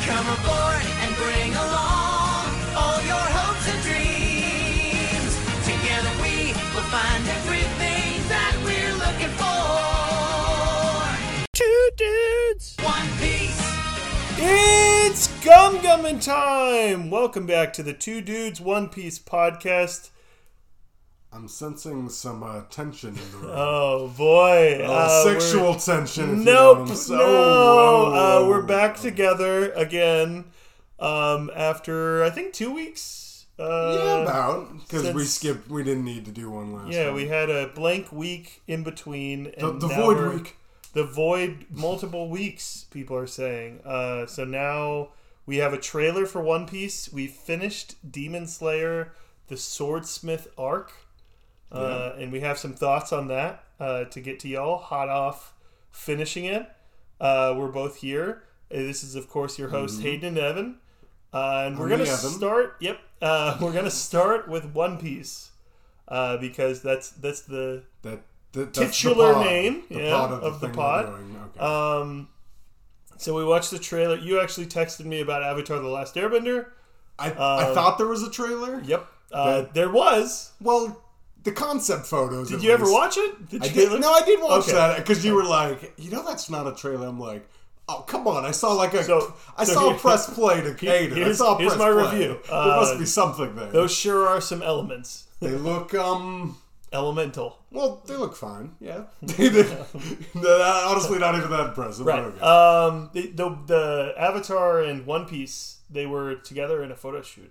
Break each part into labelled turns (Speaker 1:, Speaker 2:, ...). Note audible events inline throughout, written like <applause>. Speaker 1: Come aboard and bring along all your hopes and dreams. Together we will find everything that we're looking for.
Speaker 2: Two dudes.
Speaker 1: One piece.
Speaker 2: It's gum gumming time. Welcome back to the Two Dudes One Piece podcast.
Speaker 3: I'm sensing some uh, tension in the room.
Speaker 2: Oh boy,
Speaker 3: Uh,
Speaker 2: Uh, we're-
Speaker 3: sexual tension. If
Speaker 2: Nope,
Speaker 3: You know what I'm saying.
Speaker 2: no.
Speaker 3: Oh, oh,
Speaker 2: uh, we're
Speaker 3: oh.
Speaker 2: back together again um, after I think two weeks. Uh,
Speaker 3: Yeah, about because we
Speaker 2: since-
Speaker 3: skipped. We didn't need to do one last.
Speaker 2: yeah,
Speaker 3: time.
Speaker 2: we had a blank week in between. And
Speaker 3: the, the
Speaker 2: now
Speaker 3: void
Speaker 2: we're-
Speaker 3: week.
Speaker 2: The void, multiple weeks. People are saying. Uh, so now we have a trailer for One Piece. We finished Demon Slayer, the Swordsmith arc, uh, and we have some thoughts on that uh, to get to y'all. Hot off finishing it. Uh, we're both here. Uh, This is, of course, your host Hayden and Evan, uh, and we're
Speaker 3: Mm-hmm. I'm
Speaker 2: gonna
Speaker 3: the Evan.
Speaker 2: start. Yep, uh, <laughs> we're gonna start with One Piece uh, because that's that's the
Speaker 3: That, that that's
Speaker 2: Titular
Speaker 3: the pod,
Speaker 2: name,
Speaker 3: The
Speaker 2: yeah,
Speaker 3: pod of,
Speaker 2: of the
Speaker 3: the, thing
Speaker 2: pod.
Speaker 3: We're doing. Okay.
Speaker 2: um, so we watched the trailer. You actually texted me about Avatar: The Last Airbender.
Speaker 3: I, I thought there was a trailer.
Speaker 2: uh, Yep, uh,
Speaker 3: That-
Speaker 2: there was.
Speaker 3: Well, the concept photos.
Speaker 2: Did
Speaker 3: at
Speaker 2: you ever
Speaker 3: least.
Speaker 2: watch it? Did
Speaker 3: I
Speaker 2: you
Speaker 3: did. No, I did watch
Speaker 2: Okay.
Speaker 3: that because you were like, you know, that's not a trailer. I'm like, oh come on! I saw like a,
Speaker 2: So-
Speaker 3: I
Speaker 2: so
Speaker 3: saw
Speaker 2: here-
Speaker 3: a press play to Caden. I
Speaker 2: here's-
Speaker 3: saw a
Speaker 2: here's
Speaker 3: press
Speaker 2: my
Speaker 3: play.
Speaker 2: review.
Speaker 3: there
Speaker 2: Uh,
Speaker 3: must be something there.
Speaker 2: Those sure are some elements.
Speaker 3: They look um.
Speaker 2: Elemental.
Speaker 3: Well, they look fine.
Speaker 2: <laughs>
Speaker 3: Yeah. <laughs> They- they- they're honestly, not even that impressive. but
Speaker 2: Right.
Speaker 3: okay.
Speaker 2: Um, the, the the Avatar and One Piece they were together in a photo shoot.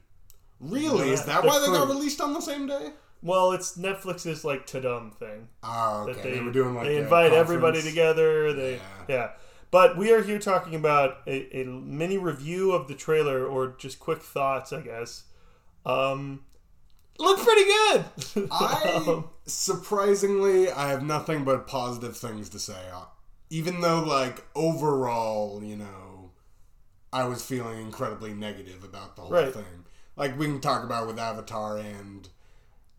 Speaker 3: really? Is that
Speaker 2: the
Speaker 3: why they got
Speaker 2: crew.
Speaker 3: released on the same day?
Speaker 2: Well, it's Netflix's like Tadum thing.
Speaker 3: Ah,
Speaker 2: that
Speaker 3: okay.
Speaker 2: they,
Speaker 3: They, were doing like
Speaker 2: they
Speaker 3: a
Speaker 2: invite everybody
Speaker 3: conference.
Speaker 2: together. They yeah.
Speaker 3: Yeah.
Speaker 2: But we are here talking about a, a mini review of the trailer or just quick thoughts, I guess. Um, looked pretty good. <laughs>
Speaker 3: I surprisingly, I have nothing but positive things to say. Uh, Even though, like overall, you know, I was feeling incredibly negative about the whole
Speaker 2: Right.
Speaker 3: thing. Like we can talk about with Avatar and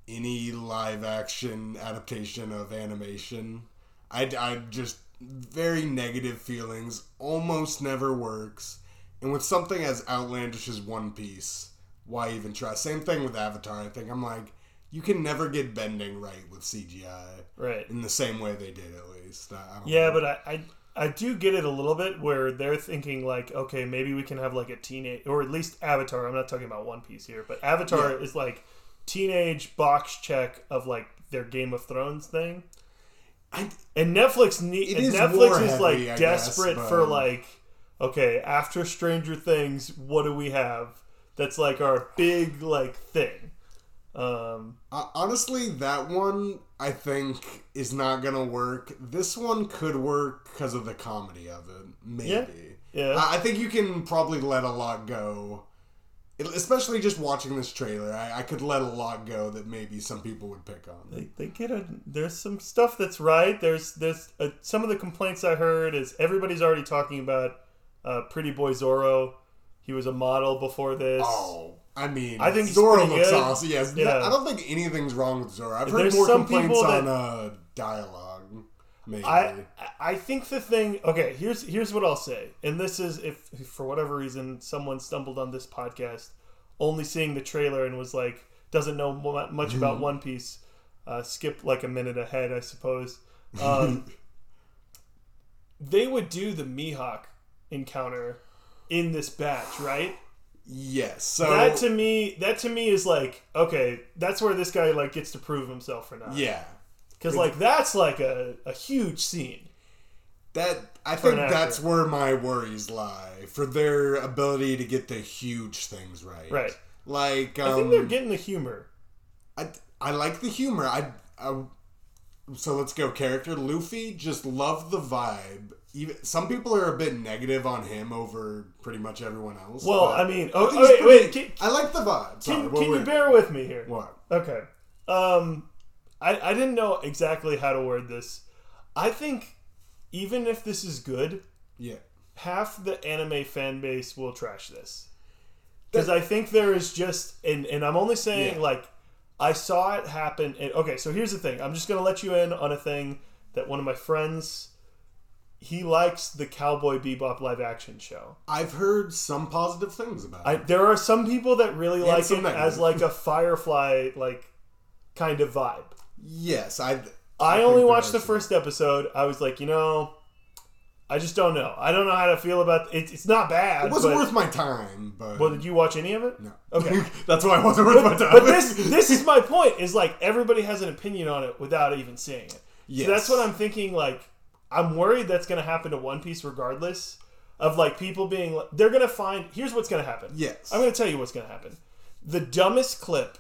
Speaker 3: any live action adaptation of animation. I, I just very negative feelings almost never works. And with something as outlandish as One Piece, why even try? Same thing with Avatar. I think I'm like, you can never get bending right with CGI
Speaker 2: right.
Speaker 3: in the same way they did at least. I, I don't
Speaker 2: Yeah, but I, I I do get it a little bit where they're thinking like, okay, maybe we can have like a teenage or at least Avatar. I'm not talking about One Piece here, but Avatar is like teenage box check of like their Game of Thrones thing.
Speaker 3: I,
Speaker 2: And Netflix need
Speaker 3: It
Speaker 2: and
Speaker 3: is
Speaker 2: Netflix
Speaker 3: war
Speaker 2: is
Speaker 3: heavy,
Speaker 2: like
Speaker 3: I guess,
Speaker 2: desperate
Speaker 3: but-
Speaker 2: for like okay, after Stranger Things, what do we have? That's like our big like thing. Um,
Speaker 3: Uh, honestly, that one I think is not gonna work. This one could work because of the comedy of it, maybe.
Speaker 2: Yeah. yeah.
Speaker 3: I, I think you can probably let a lot go, it, especially just watching this trailer. I, I could let a lot go that maybe some people would pick on.
Speaker 2: they, they get a there's some stuff that's right there's there's uh some of the complaints i heard is everybody's already talking about uh, pretty boy zorro he was a model before this
Speaker 3: Oh, I mean,
Speaker 2: I think he's
Speaker 3: Zoro
Speaker 2: pretty
Speaker 3: looks
Speaker 2: good.
Speaker 3: awesome. Yes,
Speaker 2: Yeah.
Speaker 3: I don't think anything's wrong with Zoro. I've heard
Speaker 2: There's
Speaker 3: more
Speaker 2: some
Speaker 3: complaints
Speaker 2: people
Speaker 3: on
Speaker 2: that-
Speaker 3: uh, dialogue. Maybe
Speaker 2: I I think the thing okay here's here's what I'll say and this is if, if for whatever reason someone stumbled on this podcast only seeing the trailer and was like doesn't know mu- much about
Speaker 3: Mm-hmm.
Speaker 2: One Piece uh, skip like a minute ahead I suppose
Speaker 3: <laughs>
Speaker 2: um, they would do the Mihawk encounter in this batch right
Speaker 3: yes. So
Speaker 2: that to me that to me is like okay that's where this guy like gets to prove himself or not
Speaker 3: yeah.
Speaker 2: because like that's like a, a huge scene
Speaker 3: That I think
Speaker 2: an
Speaker 3: that's
Speaker 2: actor.
Speaker 3: where my worries lie for their ability to get the huge things right.
Speaker 2: Right.
Speaker 3: Like um,
Speaker 2: I think they're getting the humor
Speaker 3: I, I like the humor. I, I so let's go character Luffy. Just love the vibe. Even some people are a bit negative on him over pretty much everyone else.
Speaker 2: Well,
Speaker 3: but
Speaker 2: I mean, oh,
Speaker 3: think he's
Speaker 2: wait, wait,
Speaker 3: pretty-
Speaker 2: can,
Speaker 3: I like the vibe. Sorry,
Speaker 2: can,
Speaker 3: what
Speaker 2: can
Speaker 3: were
Speaker 2: you bear with me here?
Speaker 3: what?
Speaker 2: Okay. Um, I, I didn't know exactly how to word this. I think even if this is good,
Speaker 3: Yeah,
Speaker 2: half the anime fan base will trash this. Because I think there is just, and, and I'm only saying,
Speaker 3: Yeah.
Speaker 2: like, I saw it happen. And, okay, so here's the thing. I'm just going to let you in on a thing that one of my friends he likes the Cowboy Bebop live action show.
Speaker 3: I've heard some positive things about
Speaker 2: I,
Speaker 3: it.
Speaker 2: there are some people that really like
Speaker 3: some
Speaker 2: it
Speaker 3: that
Speaker 2: as
Speaker 3: don't.
Speaker 2: like a Firefly like kind of vibe.
Speaker 3: Yes, I.
Speaker 2: I,
Speaker 3: think
Speaker 2: only
Speaker 3: there
Speaker 2: watched
Speaker 3: are
Speaker 2: the
Speaker 3: some.
Speaker 2: first episode. I was like, you know, I just don't know. I don't know how to feel about it. It's not bad.
Speaker 3: It wasn't
Speaker 2: but-
Speaker 3: worth my time, but
Speaker 2: Well, did you watch any of it?
Speaker 3: no. <laughs>
Speaker 2: Okay.
Speaker 3: that's why it wasn't worth my time.
Speaker 2: But this this is my point. Is like everybody has an opinion on it without even seeing it.
Speaker 3: <laughs> Yes.
Speaker 2: So that's what I'm thinking. Like, I'm worried that's going to happen to One Piece, regardless of like people being. like- They're going to find. Here's what's going to happen.
Speaker 3: Yes.
Speaker 2: I'm going to tell you what's going to happen. The dumbest clip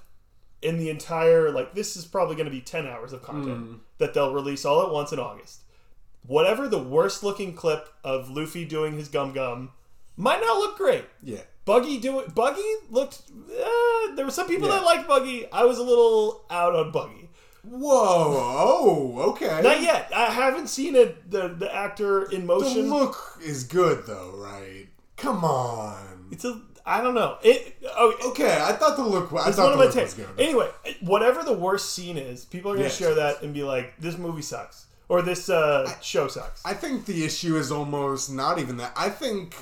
Speaker 2: in the entire like this is probably going to be 10 hours of content
Speaker 3: Hmm.
Speaker 2: that they'll release all at once in August. Whatever the worst looking clip of Luffy doing his gum gum might not look great.
Speaker 3: Yeah.
Speaker 2: Buggy doing Buggy looked. Uh, there were some people
Speaker 3: Yeah.
Speaker 2: that liked Buggy. I was a little out on Buggy.
Speaker 3: Whoa. Oh. Okay.
Speaker 2: Not yet. I haven't seen it. The the actor in
Speaker 3: The
Speaker 2: motion.
Speaker 3: look is good though, right? Come on.
Speaker 2: It's a. I don't know. It. oh, Okay.
Speaker 3: Okay, I thought the look. I
Speaker 2: It's
Speaker 3: thought
Speaker 2: one of my
Speaker 3: the look was
Speaker 2: takes.
Speaker 3: good.
Speaker 2: Anyway, whatever the worst scene is, people are gonna
Speaker 3: Yes.
Speaker 2: share that and be like, "This movie sucks," or "This uh, show sucks."
Speaker 3: I think the issue is almost not even that. I think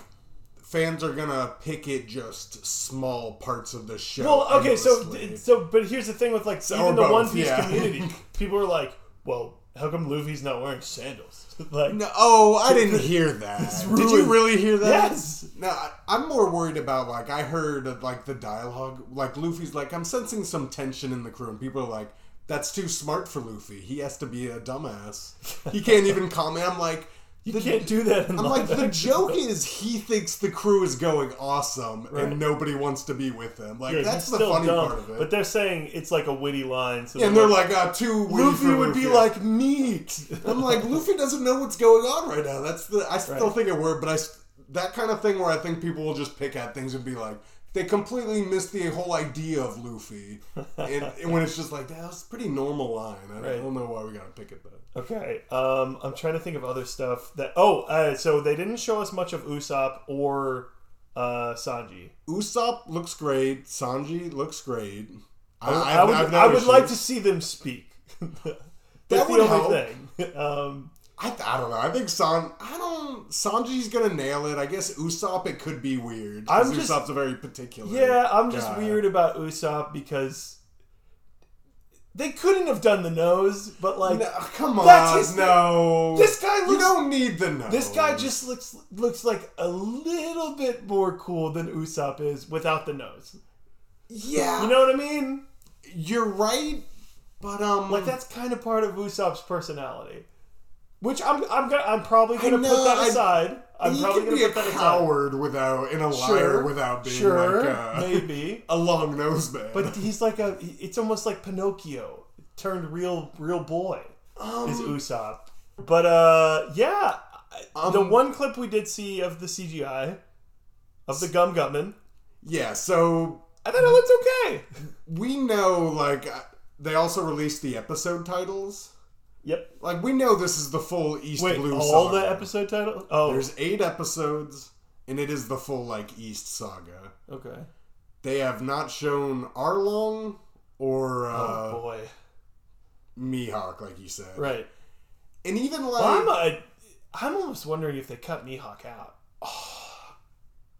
Speaker 3: fans are gonna pick it just small parts of the show.
Speaker 2: well, okay, so
Speaker 3: endlessly.
Speaker 2: so but here's the thing with like even the
Speaker 3: both,
Speaker 2: One Piece
Speaker 3: yeah.
Speaker 2: community,
Speaker 3: <laughs>
Speaker 2: people are like, "Well, how come Luffy's not wearing sandals?" <laughs> like,
Speaker 3: No, oh, I didn't hear that. Did you
Speaker 2: ruined.
Speaker 3: really hear that?
Speaker 2: Yes.
Speaker 3: No, I, I'm more worried about like I heard of, like the dialogue. Like Luffy's like I'm sensing some tension in the crew, and people are like, "That's too smart for Luffy. He has to be a dumbass. He can't even
Speaker 2: <laughs>
Speaker 3: comment." I'm like,
Speaker 2: you can't do that. In
Speaker 3: I'm like,
Speaker 2: live
Speaker 3: the
Speaker 2: action.
Speaker 3: joke is he thinks the crew is going awesome
Speaker 2: Right.
Speaker 3: and nobody wants to be with him. Like
Speaker 2: Yeah,
Speaker 3: that's
Speaker 2: he's
Speaker 3: the
Speaker 2: still
Speaker 3: funny
Speaker 2: dumb,
Speaker 3: part of it.
Speaker 2: But they're saying it's like a witty line. So
Speaker 3: and they're like, uh, too witty
Speaker 2: Luffy
Speaker 3: for
Speaker 2: would be
Speaker 3: Luffy."
Speaker 2: like meat.
Speaker 3: I'm like, Luffy doesn't know what's going on right now. That's the. I still
Speaker 2: Right.
Speaker 3: think it worked, but I s- that kind of thing where I think people will just pick at things and be like, they completely missed the whole idea of
Speaker 2: <laughs>
Speaker 3: Luffy, and, and when it's just like that's a pretty normal line. I don't- I
Speaker 2: Right.
Speaker 3: don't know why we gotta pick at that.
Speaker 2: okay, um, I'm trying to think of other stuff that. Oh, uh, so they didn't show us much of Usopp or uh, Sanji.
Speaker 3: Usopp looks great. Sanji looks great. I,
Speaker 2: I,
Speaker 3: I,
Speaker 2: would,
Speaker 3: I've,
Speaker 2: I would like
Speaker 3: noticed.
Speaker 2: to see them speak. <laughs> That's
Speaker 3: That
Speaker 2: the
Speaker 3: would
Speaker 2: only
Speaker 3: help. <laughs>
Speaker 2: thing. Um,
Speaker 3: I, I don't know. I think San. I don't. Sanji's gonna nail it. I guess Usopp. It could be weird. 'cause
Speaker 2: I'm just-
Speaker 3: Usopp's a very particular.
Speaker 2: yeah, I'm just
Speaker 3: guy.
Speaker 2: weird about Usopp because they couldn't have done the nose, but like
Speaker 3: No, come on.
Speaker 2: That's his-
Speaker 3: no.
Speaker 2: this guy
Speaker 3: You
Speaker 2: looks-
Speaker 3: don't need the nose.
Speaker 2: This guy just looks looks like a little bit more cool than Usopp is without the nose.
Speaker 3: Yeah.
Speaker 2: You know what I mean?
Speaker 3: you're right. But um.
Speaker 2: Like that's kind of part of Usopp's personality, which I'm I'm gonna, I'm probably
Speaker 3: I
Speaker 2: gonna put
Speaker 3: know,
Speaker 2: that
Speaker 3: I-
Speaker 2: aside. I'm
Speaker 3: He
Speaker 2: probably
Speaker 3: can
Speaker 2: gonna
Speaker 3: be a
Speaker 2: put that aside.
Speaker 3: coward without and a liar
Speaker 2: Sure,
Speaker 3: without being
Speaker 2: sure,
Speaker 3: like uh,
Speaker 2: <laughs>
Speaker 3: a,
Speaker 2: maybe,
Speaker 3: a long nose man. <laughs>
Speaker 2: but he's like a. It's almost like Pinocchio turned real real boy.
Speaker 3: um, <gasps>
Speaker 2: Is Usopp, but uh, yeah.
Speaker 3: Um,
Speaker 2: the one clip we did see of the CGI of the Gum Gummin,
Speaker 3: yeah. So
Speaker 2: I thought it looked okay.
Speaker 3: we know like uh, they also released the episode titles.
Speaker 2: Yep.
Speaker 3: Like we know this is the full East
Speaker 2: Wait,
Speaker 3: Blue
Speaker 2: all
Speaker 3: saga.
Speaker 2: the episode titles? Oh,
Speaker 3: There's eight episodes, and it is the full like East saga.
Speaker 2: okay.
Speaker 3: They have not shown Arlong or
Speaker 2: Oh
Speaker 3: uh,
Speaker 2: boy,
Speaker 3: Mihawk, like you said.
Speaker 2: right.
Speaker 3: And even like
Speaker 2: Well, I'm a, I'm almost wondering if they cut Mihawk out.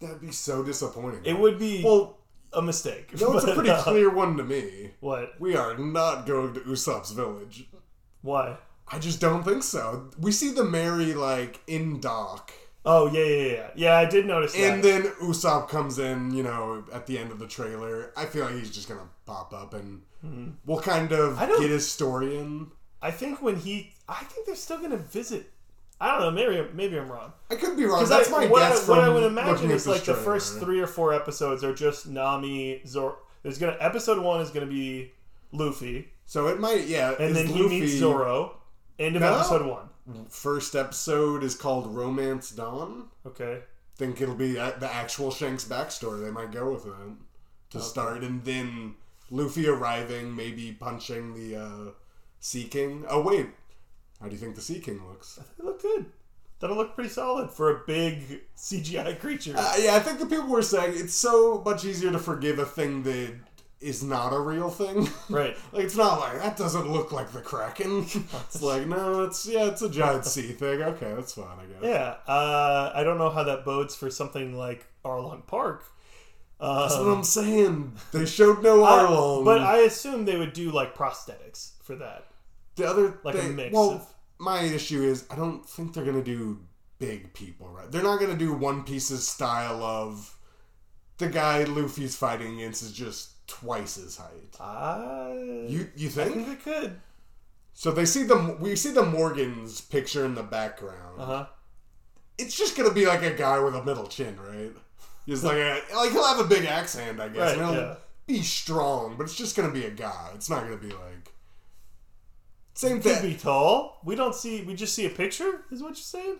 Speaker 3: that'd be so disappointing.
Speaker 2: It would be
Speaker 3: Well,
Speaker 2: a mistake.
Speaker 3: no, it's
Speaker 2: <laughs>
Speaker 3: a
Speaker 2: but,
Speaker 3: pretty
Speaker 2: uh,
Speaker 3: clear one to me.
Speaker 2: What?
Speaker 3: We are not going to Usopp's village.
Speaker 2: Why?
Speaker 3: I just don't think so. We see the Mary like in dock,
Speaker 2: Oh yeah, yeah, yeah, yeah. I did notice
Speaker 3: and
Speaker 2: that.
Speaker 3: then Usopp comes in. You know, at the end of the trailer, I feel like he's just gonna pop up and we'll kind of
Speaker 2: Hmm. I don't-
Speaker 3: get his story in.
Speaker 2: I think when he, I think they're still gonna visit. I don't know. Maybe maybe I'm wrong.
Speaker 3: I could be wrong.
Speaker 2: Because
Speaker 3: Oh, That's my
Speaker 2: what
Speaker 3: guess.
Speaker 2: I, what I
Speaker 3: from
Speaker 2: would imagine
Speaker 3: looking at
Speaker 2: is
Speaker 3: this
Speaker 2: like the
Speaker 3: trailer.
Speaker 2: first three or four episodes are just Nami. Zor. There's gonna episode one is gonna be Luffy,
Speaker 3: So it might, yeah.
Speaker 2: and
Speaker 3: is
Speaker 2: then
Speaker 3: Luffy,
Speaker 2: he meets Zoro. End of
Speaker 3: No.
Speaker 2: episode one.
Speaker 3: First episode is called Romance Dawn.
Speaker 2: Okay.
Speaker 3: Think it'll be a- the actual Shanks backstory. They might go with it to start, and then Luffy arriving, maybe punching the uh, Sea King. Oh wait, how do you think the Sea King looks?
Speaker 2: It looked good. That'll look pretty solid for a big CGI <laughs> creature.
Speaker 3: Uh, yeah, I think the people were saying it's so much easier to forgive a thing that is not a real thing. <laughs>
Speaker 2: Right.
Speaker 3: Like it's not like that doesn't look like the Kraken. <laughs> It's like no, it's yeah, it's a giant sea thing. Okay, that's fine, I guess.
Speaker 2: Yeah. Uh, I don't know how that bodes for something like Arlong Park.
Speaker 3: That's
Speaker 2: Uh,
Speaker 3: what I'm saying. They showed no Arlong.
Speaker 2: but I assume they would do like prosthetics for that.
Speaker 3: the other
Speaker 2: like a
Speaker 3: thing-
Speaker 2: mix
Speaker 3: Well,
Speaker 2: of-
Speaker 3: my issue is I don't think they're gonna do big people, right? They're not gonna do One Piece's style of the guy Luffy's fighting against is just twice his height.
Speaker 2: Uh,
Speaker 3: You you
Speaker 2: I
Speaker 3: think?
Speaker 2: think they could.
Speaker 3: So they see the we see the Morgan's picture in the background.
Speaker 2: Uh huh.
Speaker 3: It's just gonna be like a guy with a middle chin, right? Just like a like he'll have a big axe hand, I guess.
Speaker 2: Right,
Speaker 3: and he'll
Speaker 2: yeah.
Speaker 3: be strong, but it's just gonna be a guy. It's not gonna be like same
Speaker 2: Could
Speaker 3: thing.
Speaker 2: be tall. We don't see. We just see a picture. Is what you're saying?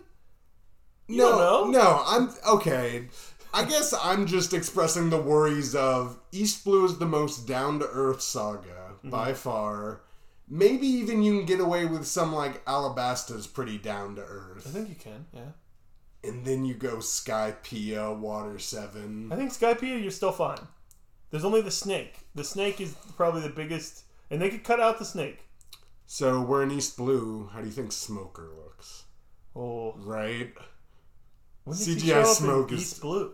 Speaker 2: You
Speaker 3: no,
Speaker 2: don't know.
Speaker 3: no. I'm okay. I guess I'm just expressing the worries of East Blue is the most down to earth saga
Speaker 2: Mm-hmm.
Speaker 3: by far. Maybe even you can get away with some like Alabasta's pretty down to earth.
Speaker 2: I think you can. Yeah.
Speaker 3: and then you go Sky Pia, Water
Speaker 2: I
Speaker 3: Seven.
Speaker 2: think Skypea, you're still fine. There's only the snake. The snake is probably the biggest, and they could cut out the snake.
Speaker 3: So we're in East Blue. How do you think Smoker looks?
Speaker 2: Oh,
Speaker 3: Right?
Speaker 2: when did
Speaker 3: CGI
Speaker 2: he show up
Speaker 3: smoke
Speaker 2: in
Speaker 3: is-
Speaker 2: East Blue?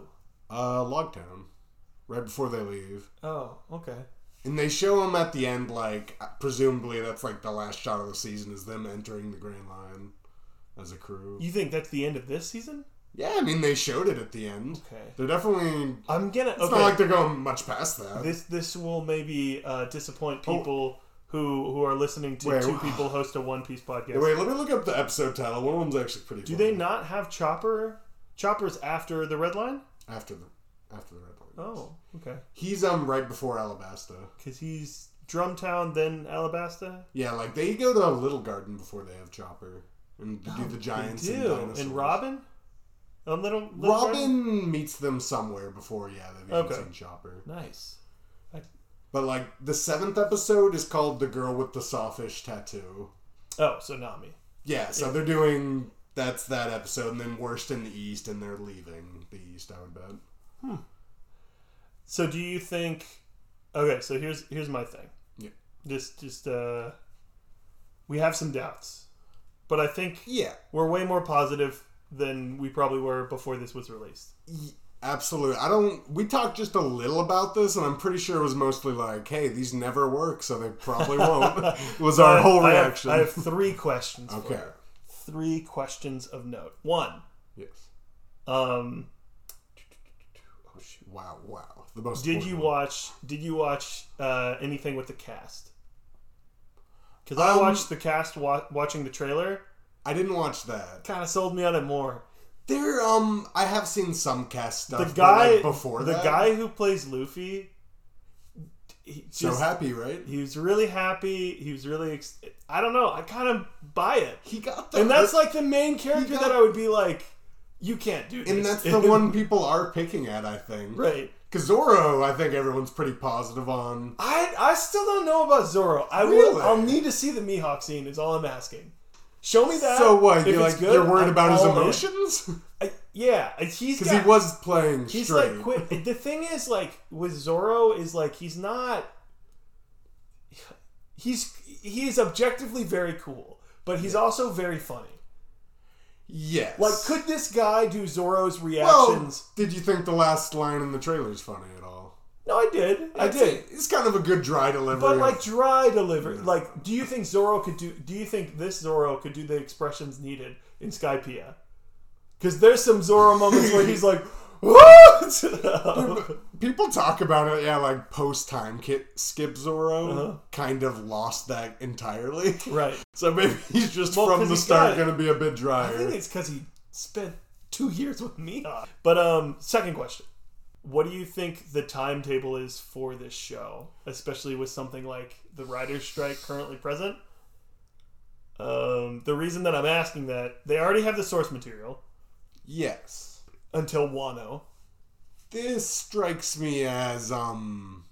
Speaker 3: Uh, Logtown. Right before they leave.
Speaker 2: Oh, okay.
Speaker 3: And they show him at the end, like, presumably that's like the last shot of the season is them entering the Grand Line as a crew.
Speaker 2: You think that's the end of this season?
Speaker 3: Yeah, I mean, they showed it at the end.
Speaker 2: Okay.
Speaker 3: They're definitely.
Speaker 2: I'm gonna.
Speaker 3: It's
Speaker 2: okay.
Speaker 3: not like they're going much past that.
Speaker 2: this this will maybe uh, disappoint
Speaker 3: Oh.
Speaker 2: people who who are listening to
Speaker 3: Wait,
Speaker 2: two
Speaker 3: wh-
Speaker 2: people host a One Piece podcast.
Speaker 3: Wait, let me look up the episode title. One of them's actually pretty
Speaker 2: Do they not have Chopper? Chopper's after the red line.
Speaker 3: After the, after the Red Line.
Speaker 2: Oh, okay.
Speaker 3: He's um right before Alabasta.
Speaker 2: Because he's Drumtown, then Alabasta.
Speaker 3: Yeah, like they go to Little Garden before they have Chopper and do the giants
Speaker 2: Oh, They
Speaker 3: and
Speaker 2: do.
Speaker 3: dinosaurs.
Speaker 2: and Robin. Um, little, little
Speaker 3: Robin
Speaker 2: Garden?
Speaker 3: meets them somewhere before. Yeah, they've even
Speaker 2: Okay.
Speaker 3: seen Chopper.
Speaker 2: Nice.
Speaker 3: But like the seventh episode is called "The Girl with the Sawfish Tattoo."
Speaker 2: Oh, so Nami.
Speaker 3: Yeah, so they're doing that's that episode, and then worst in the East, and they're leaving the East. I would bet.
Speaker 2: So do you think? Okay, so here's here's my thing.
Speaker 3: Yeah.
Speaker 2: Just just uh, we have some doubts, but I think
Speaker 3: Yeah,
Speaker 2: we're way more positive than we probably were before this was released.
Speaker 3: absolutely. I don't. We talked just a little about this, and I'm pretty sure it was mostly like, "Hey, these never work, so they probably won't."
Speaker 2: <laughs>
Speaker 3: was our whole
Speaker 2: I have-
Speaker 3: reaction.
Speaker 2: I have, three questions. for
Speaker 3: okay.
Speaker 2: you. three questions of note. One,
Speaker 3: Yes.
Speaker 2: um,
Speaker 3: Wow, wow. The most
Speaker 2: did you
Speaker 3: important
Speaker 2: watch? Did you watch uh, anything with the cast? Because I
Speaker 3: Um,
Speaker 2: watched the cast wa- watching the trailer.
Speaker 3: one. I didn't watch that.
Speaker 2: Kind of sold me on it more.
Speaker 3: There um I have seen some cast stuff
Speaker 2: The
Speaker 3: but,
Speaker 2: guy
Speaker 3: Uh, like, before
Speaker 2: the
Speaker 3: that.
Speaker 2: guy who plays Luffy. He just,
Speaker 3: so happy, right?
Speaker 2: He was really happy. He was really. Ex- I don't know. I kind of buy it.
Speaker 3: He got the
Speaker 2: And that's like the main character
Speaker 3: got-
Speaker 2: that I would be like, you can't do this.
Speaker 3: and
Speaker 2: <laughs>
Speaker 3: that's the one people are picking at, I think.
Speaker 2: right.
Speaker 3: Cuz Zoro, I think everyone's pretty positive on.
Speaker 2: I I still don't know about Zoro. I will.
Speaker 3: Really?
Speaker 2: I'll need to see the Mihawk scene. Is all I'm asking. Show me that.
Speaker 3: So what?
Speaker 2: If
Speaker 3: You
Speaker 2: it's
Speaker 3: like
Speaker 2: good,
Speaker 3: you're worried
Speaker 2: I'm
Speaker 3: about his
Speaker 2: all in.
Speaker 3: emotions? <laughs>
Speaker 2: I- yeah, I- he's
Speaker 3: Cuz
Speaker 2: got-
Speaker 3: he was playing
Speaker 2: He's
Speaker 3: straight.
Speaker 2: like
Speaker 3: <laughs>
Speaker 2: quit. The thing is, like with Zoro, is like he's not. He's he is objectively very cool, but he's also very funny.
Speaker 3: Yes.
Speaker 2: Like, could this guy do Zoro's
Speaker 3: well,
Speaker 2: reactions?
Speaker 3: did you think the last line in the trailer's funny at all?
Speaker 2: no, I did. I
Speaker 3: It's-
Speaker 2: did.
Speaker 3: It's kind of a good dry delivery.
Speaker 2: But
Speaker 3: of-
Speaker 2: like dry delivery, like do you think Zoro could do? Do you think this Zoro could do the expressions needed in Skypea? Because there's some Zoro moments where he's like, <laughs> "What?" <laughs>
Speaker 3: People talk about it, yeah, like post time kit skip Zorro
Speaker 2: Uh-huh.
Speaker 3: kind of lost that entirely. <laughs>
Speaker 2: right.
Speaker 3: So maybe he's just
Speaker 2: Well, 'cause
Speaker 3: from the
Speaker 2: he's
Speaker 3: start
Speaker 2: got it.
Speaker 3: going to be a bit
Speaker 2: I think
Speaker 3: drier.
Speaker 2: it's because he spent two years with Mihawk. But um, second question: What do you think the timetable is for this show, especially with something like the writers' strike currently present? Um, the reason that I'm asking that they already have the source material
Speaker 3: Yes.
Speaker 2: until Wano.
Speaker 3: This strikes me as um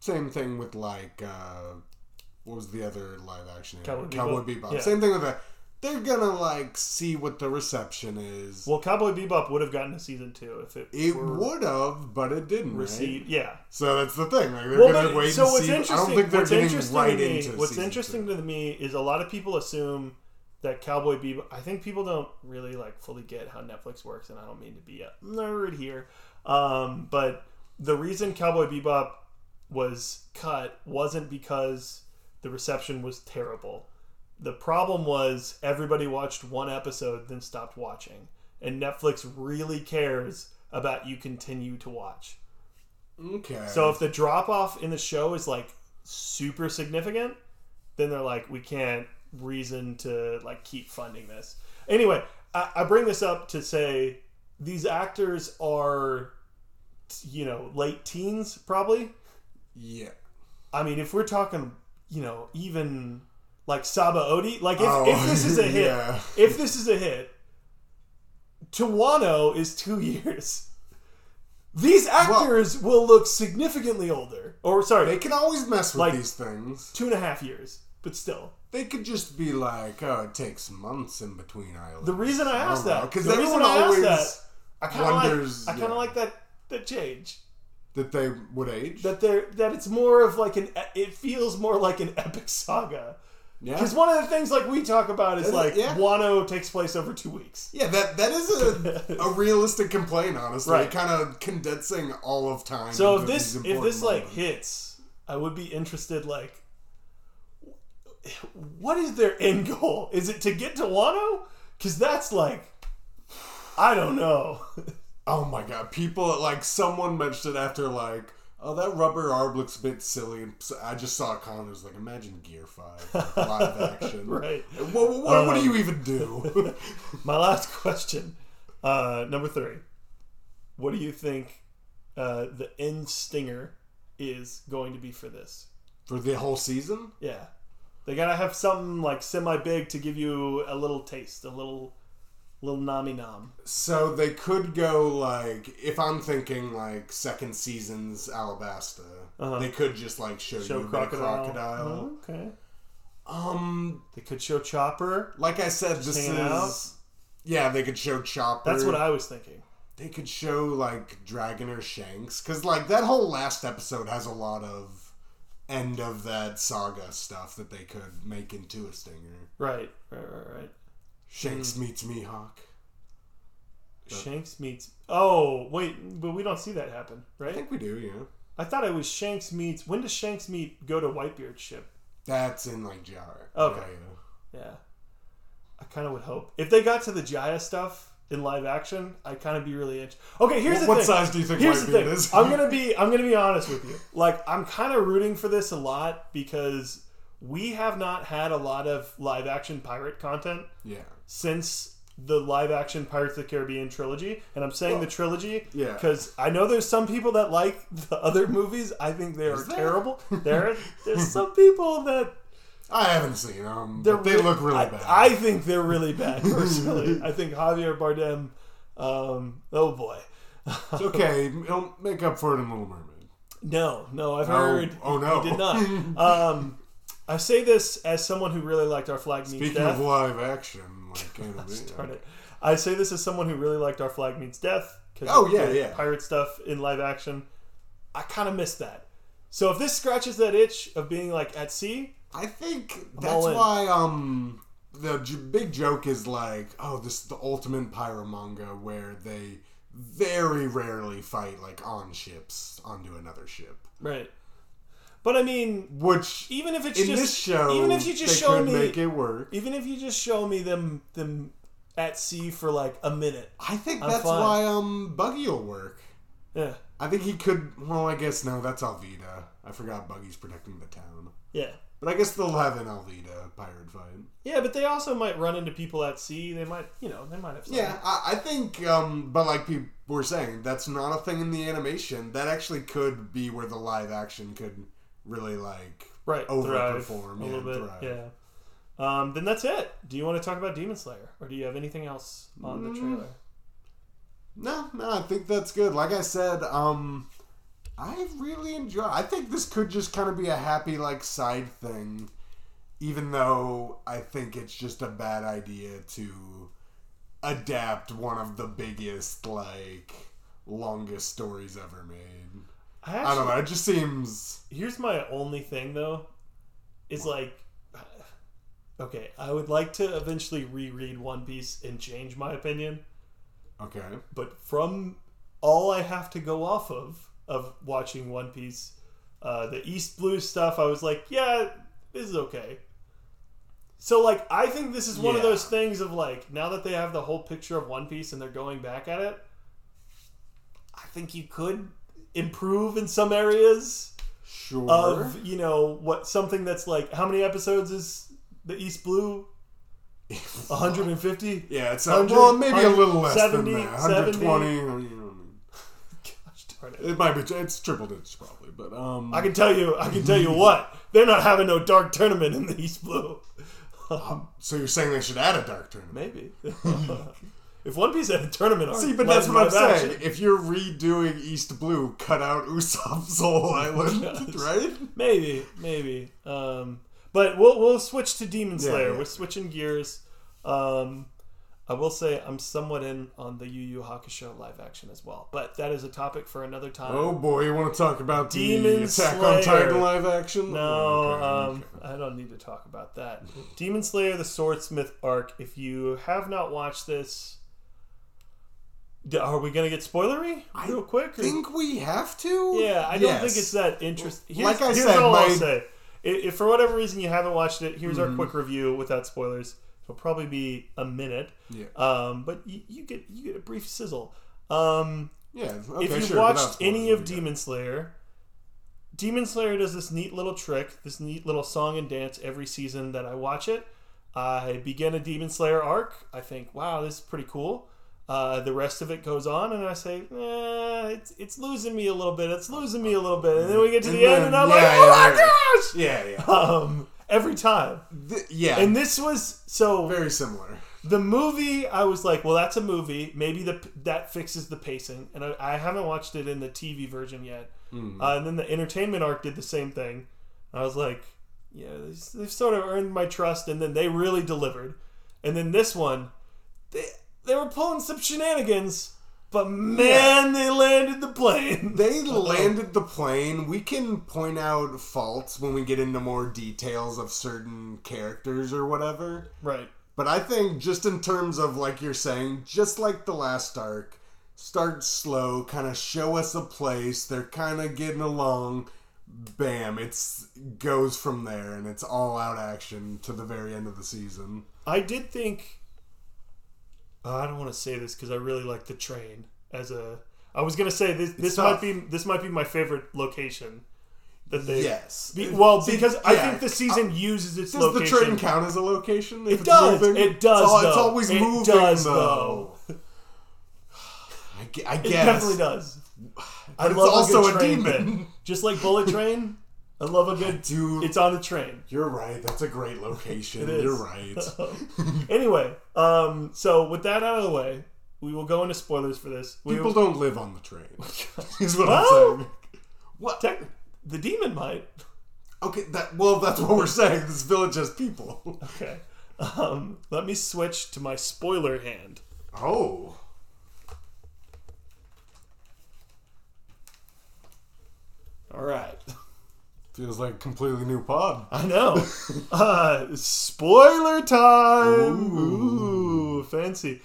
Speaker 3: same thing with like uh what was the other live action?
Speaker 2: Cowboy
Speaker 3: Cowboy
Speaker 2: Bebop.
Speaker 3: Bebop.
Speaker 2: Yeah.
Speaker 3: Same thing with that. they're gonna like see what the reception is.
Speaker 2: Well, Cowboy Bebop would have gotten a season two if it,
Speaker 3: it
Speaker 2: were
Speaker 3: would have, but it didn't.
Speaker 2: received.
Speaker 3: Receive.
Speaker 2: Yeah.
Speaker 3: So that's the thing. Like they're
Speaker 2: Well,
Speaker 3: gonna
Speaker 2: but-
Speaker 3: wait
Speaker 2: so
Speaker 3: and
Speaker 2: what's
Speaker 3: see.
Speaker 2: interesting?
Speaker 3: I don't think they're
Speaker 2: what's
Speaker 3: getting
Speaker 2: interesting
Speaker 3: right
Speaker 2: to me,
Speaker 3: into.
Speaker 2: What's
Speaker 3: season
Speaker 2: interesting
Speaker 3: Two.
Speaker 2: to me is a lot of people assume that Cowboy Bebop. I think people don't really like fully get how Netflix works, and I don't mean to be a nerd here, um, but the reason Cowboy Bebop was cut wasn't because the reception was terrible. The problem was everybody watched one episode, then stopped watching, and Netflix really cares about you continue to watch.
Speaker 3: Okay.
Speaker 2: So if the drop off in the show is like super significant, then they're like, we can't reason to like keep funding this. Anyway, I, I bring this up to say these actors are, t- you know, late teens probably.
Speaker 3: yeah.
Speaker 2: I mean, if we're talking, you know, even like Saba Odi, like if,
Speaker 3: Oh,
Speaker 2: if this
Speaker 3: <laughs>
Speaker 2: is a hit,
Speaker 3: yeah.
Speaker 2: if this is a hit, Tawano is two <laughs> years. These actors will look significantly older. Or
Speaker 3: They
Speaker 2: sorry,
Speaker 3: can always mess with
Speaker 2: Like-
Speaker 3: these things.
Speaker 2: two and a half years, but still.
Speaker 3: They could just be like, "Oh, it takes months in between islands."
Speaker 2: The reason I asked that,
Speaker 3: because
Speaker 2: the reason
Speaker 3: everyone
Speaker 2: I asked
Speaker 3: always
Speaker 2: that, I kind of
Speaker 3: wonders.
Speaker 2: like, I kind
Speaker 3: yeah,
Speaker 2: of like that that change.
Speaker 3: that they would age.
Speaker 2: That they're that it's more of like an e, it feels more like an <laughs> epic saga.
Speaker 3: yeah.
Speaker 2: Because one of the things like we talk about is
Speaker 3: Is it?
Speaker 2: like
Speaker 3: Yeah.
Speaker 2: Wano takes place over two weeks.
Speaker 3: Yeah, that that is a,
Speaker 2: <laughs>
Speaker 3: a realistic complaint, honestly.
Speaker 2: Right.
Speaker 3: Kind of condensing all of time.
Speaker 2: So
Speaker 3: into
Speaker 2: if this
Speaker 3: these
Speaker 2: if this
Speaker 3: important
Speaker 2: like
Speaker 3: moments.
Speaker 2: hits, I would be interested. Like, what is their end goal? Is it to get to Wano? Because that's like, I don't know. <laughs>
Speaker 3: oh my god, people like someone mentioned after like, oh that rubber arm looks a bit silly, and so I just saw a comment that was like, imagine Gear Five
Speaker 2: <laughs>
Speaker 3: like, live action,
Speaker 2: Right. Um.
Speaker 3: What, what, what do you even do? <laughs>
Speaker 2: My last question, uh, number three. What do you think uh, the end stinger is going to be for this?
Speaker 3: For the whole season?
Speaker 2: Yeah. They gotta have something like semi big to give you a little taste, a little little nommy nom.
Speaker 3: So they could go like if I'm thinking like second season's Alabasta, they could just like show,
Speaker 2: Uh-huh. Show
Speaker 3: you a bit of
Speaker 2: crocodile. Uh-huh.
Speaker 3: crocodile.
Speaker 2: Oh, okay.
Speaker 3: Um,
Speaker 2: They could show Chopper.
Speaker 3: Like I said, this is
Speaker 2: hanging out?
Speaker 3: yeah. They could show Chopper.
Speaker 2: That's what I was thinking.
Speaker 3: They could show like Dragon or Shanks because like that whole last episode has a lot of end of that saga stuff that they could make into a stinger.
Speaker 2: Right, right, right, right.
Speaker 3: Shanks
Speaker 2: Hmm.
Speaker 3: meets Mihawk.
Speaker 2: Shanks meets. Oh wait, but we don't see that happen,
Speaker 3: I
Speaker 2: right?
Speaker 3: think we do, yeah.
Speaker 2: I thought it was Shanks meets. When does Shanks meet go to Whitebeard's ship?
Speaker 3: That's in like Jar.
Speaker 2: Okay.
Speaker 3: Yeah, yeah.
Speaker 2: Yeah, I kind of would hope if they got to the Jaya stuff in live action, I'd kind of be really interested. Okay, here's
Speaker 3: What-
Speaker 2: the
Speaker 3: what
Speaker 2: thing.
Speaker 3: size do you think
Speaker 2: Here's
Speaker 3: Whitebeard
Speaker 2: the thing.
Speaker 3: is?
Speaker 2: I'm gonna be I'm gonna be honest with you. Like I'm kind of rooting for this a lot because we have not had a lot of live action pirate content
Speaker 3: <laughs> Yeah.
Speaker 2: since the live action Pirates of the Caribbean trilogy, and I'm saying
Speaker 3: Well,
Speaker 2: the trilogy
Speaker 3: yeah.
Speaker 2: because I know there's some people that like the other movies. I think they are
Speaker 3: there? <laughs>
Speaker 2: terrible. There, there's some people that
Speaker 3: I haven't seen them,
Speaker 2: they're
Speaker 3: but they
Speaker 2: re-
Speaker 3: look really
Speaker 2: I,
Speaker 3: bad.
Speaker 2: I think they're really
Speaker 3: <laughs>
Speaker 2: bad personally. I think Javier Bardem. Um, oh boy,
Speaker 3: it's okay. It'll make up for it in Little Mermaid.
Speaker 2: no, no, I've heard.
Speaker 3: oh
Speaker 2: he-
Speaker 3: no.
Speaker 2: he did
Speaker 3: <laughs>
Speaker 2: not. Um, I say this as someone who really liked Our Flag Means
Speaker 3: Speaking
Speaker 2: Death.
Speaker 3: of live action, like
Speaker 2: <laughs>
Speaker 3: anime,
Speaker 2: Darn it. I say this as someone who really liked Our Flag Means Death. 'cause
Speaker 3: Oh,
Speaker 2: of
Speaker 3: yeah,
Speaker 2: the
Speaker 3: yeah.
Speaker 2: Pirate stuff in live action. I kind of missed that. So if this scratches that itch of being like at sea,
Speaker 3: I think
Speaker 2: all
Speaker 3: that's
Speaker 2: in.
Speaker 3: why um the j- big joke is like, oh, this is the ultimate pyro manga where they very rarely fight like on ships onto another ship,
Speaker 2: right. But I mean,
Speaker 3: which
Speaker 2: even if it's
Speaker 3: in
Speaker 2: just
Speaker 3: this show,
Speaker 2: even if you just
Speaker 3: they
Speaker 2: show me
Speaker 3: could make it work.
Speaker 2: even if you just show me them them at sea for like a minute,
Speaker 3: I think
Speaker 2: I'm
Speaker 3: that's
Speaker 2: fine.
Speaker 3: why um Buggy will work.
Speaker 2: yeah,
Speaker 3: I think he could. Well, I guess no, that's Alvida. I forgot Buggy's protecting the town,
Speaker 2: yeah,
Speaker 3: but I guess they'll have an Alvida pirate fight.
Speaker 2: yeah. But they also might run into people at sea. They might, you know, they might have. something.
Speaker 3: Yeah, I, I think, um, but like people were saying, that's not a thing in the animation. That actually could be where the live action could really like.
Speaker 2: right
Speaker 3: overperform,
Speaker 2: thrive a
Speaker 3: yeah,
Speaker 2: little bit
Speaker 3: thrive.
Speaker 2: yeah um, then that's it do you want to talk about demon slayer or do you have anything else on
Speaker 3: Mm.
Speaker 2: the trailer
Speaker 3: No, no, I think that's good. Like I said, um, I really enjoy. I think this could just kind of be a happy like side thing, even though I think it's just a bad idea to adapt one of the biggest, like, longest stories ever made.
Speaker 2: I, actually,
Speaker 3: I don't know. It just seems.
Speaker 2: Here's my only thing though, is like, <sighs> okay, I would like to eventually reread One Piece and change my opinion,
Speaker 3: Okay.
Speaker 2: but from all I have to go off of of watching One Piece, uh, the East Blue stuff, I was like, yeah, this is okay. So like, I think this is one of
Speaker 3: Yeah.
Speaker 2: those things of like, now that they have the whole picture of One Piece and they're going back at it, I think you could improve in some areas
Speaker 3: Sure.
Speaker 2: of <laughs> you know what something that's like how many episodes is the East Blue? 150.
Speaker 3: yeah, it's a,
Speaker 2: 100,
Speaker 3: Uh, well, maybe a little less
Speaker 2: 70,
Speaker 3: than that. 120.
Speaker 2: <laughs> Gosh darn it!
Speaker 3: It might be. It's triple digits probably, but um.
Speaker 2: I can tell you, I can tell you what they're not having no dark tournament in the East Blue.
Speaker 3: so you're saying they should add a dark
Speaker 2: <laughs>
Speaker 3: tournament?
Speaker 2: Maybe <laughs> if One Piece had a tournament, arc,
Speaker 3: See, but
Speaker 2: why
Speaker 3: that's
Speaker 2: is
Speaker 3: what I'm
Speaker 2: it live action?
Speaker 3: saying. If you're redoing East Blue, cut out Usopp's <laughs> Soul
Speaker 2: <laughs>
Speaker 3: Island, right?
Speaker 2: Maybe, maybe. Um, but we'll we'll switch to Demon Slayer.
Speaker 3: yeah.
Speaker 2: We're switching gears. Um, I will say I'm somewhat in on the Yu Yu Hakusho live action as well, but that is a topic for another time.
Speaker 3: Oh boy, you want to talk about the
Speaker 2: Demon
Speaker 3: Attack
Speaker 2: Slayer.
Speaker 3: on Titan live action? Oh,
Speaker 2: No,
Speaker 3: Okay,
Speaker 2: um,
Speaker 3: okay.
Speaker 2: I don't need to talk about that. Demon Slayer: The Swordsmith arc. If you have not watched this, d- are we gonna get spoilery real quick?
Speaker 3: I
Speaker 2: or-
Speaker 3: think we have to.
Speaker 2: Yeah, I don't think
Speaker 3: Yes.
Speaker 2: it's that interesting. Here's,
Speaker 3: Like I
Speaker 2: here's
Speaker 3: said,
Speaker 2: all I'll
Speaker 3: my- Mm-hmm.
Speaker 2: say. If, if for whatever reason you haven't watched it, here's our quick review without spoilers. It'll probably be a minute,
Speaker 3: Yeah,
Speaker 2: um, but you, you get you get a brief sizzle. Um,
Speaker 3: yeah. Okay,
Speaker 2: if you
Speaker 3: sure, without
Speaker 2: watched
Speaker 3: spoilers,
Speaker 2: any of
Speaker 3: we got-
Speaker 2: Demon Slayer, Demon Slayer does this neat little trick, this neat little song and dance every season that I watch it. I begin a Demon Slayer arc. I think, wow, this is pretty cool. Uh, the rest of it goes on, and I say, eh, it's it's losing me a little bit. It's losing me a little bit, and then we get to
Speaker 3: And
Speaker 2: the end,
Speaker 3: then-
Speaker 2: and I'm
Speaker 3: yeah,
Speaker 2: like,
Speaker 3: yeah,
Speaker 2: oh
Speaker 3: yeah.
Speaker 2: my
Speaker 3: yeah, yeah,
Speaker 2: gosh! Um, every time.
Speaker 3: Th- yeah,
Speaker 2: And this was so
Speaker 3: very similar.
Speaker 2: the movie i was like well that's a movie maybe the that fixes the pacing and i, I haven't watched it in the tv version yet uh, and then the entertainment arc did the same thing i was like yeah they've, they've sort of earned my trust and then they really delivered and then this one they, they were pulling some shenanigans but man they landed the plane <laughs>
Speaker 3: They landed the plane. We can point out faults when we get into more details of certain characters or whatever.
Speaker 2: right
Speaker 3: But I think just in terms of like you're saying, just like the last arc, start slow, kind of show us a place. They're kind of getting along. Bam! It's goes from there, and it's all out action to the very end of the season.
Speaker 2: I did think. uh, I don't want to say this because I really like the train as a. I was gonna say this. This might
Speaker 3: tough.
Speaker 2: be this might be my favorite location. That they
Speaker 3: Yes.
Speaker 2: Be- well,
Speaker 3: See,
Speaker 2: because I
Speaker 3: yeah.
Speaker 2: think the season uses its
Speaker 3: Does
Speaker 2: location.
Speaker 3: the train count as a location? if
Speaker 2: It
Speaker 3: it's
Speaker 2: does.
Speaker 3: moving?
Speaker 2: It does,
Speaker 3: It's, all- it's
Speaker 2: though.
Speaker 3: always
Speaker 2: It
Speaker 3: moving
Speaker 2: does,
Speaker 3: though. I, gue- I
Speaker 2: It
Speaker 3: guess.
Speaker 2: definitely does. I
Speaker 3: it's
Speaker 2: love a,
Speaker 3: also
Speaker 2: good
Speaker 3: a
Speaker 2: train
Speaker 3: demon.
Speaker 2: bit. just like
Speaker 3: <laughs>
Speaker 2: Bullet Train. I love a good.
Speaker 3: Dude.
Speaker 2: It's on a train.
Speaker 3: You're right. That's a great location.
Speaker 2: is.
Speaker 3: You're right.
Speaker 2: Anyway, um, so with that out of the way, we will go into spoilers for this. <laughs> We
Speaker 3: People
Speaker 2: will,
Speaker 3: don't live on the
Speaker 2: <laughs>
Speaker 3: train. <laughs> is what
Speaker 2: Well-
Speaker 3: I'm saying. What?
Speaker 2: tech, the demon might.
Speaker 3: Okay, that well, that's what we're saying. This village has people. <laughs>
Speaker 2: Okay. Um, let me switch to my spoiler hand.
Speaker 3: Oh,
Speaker 2: All right.
Speaker 3: feels like a completely new pod.
Speaker 2: I know. uh, spoiler time. Ooh. fancy.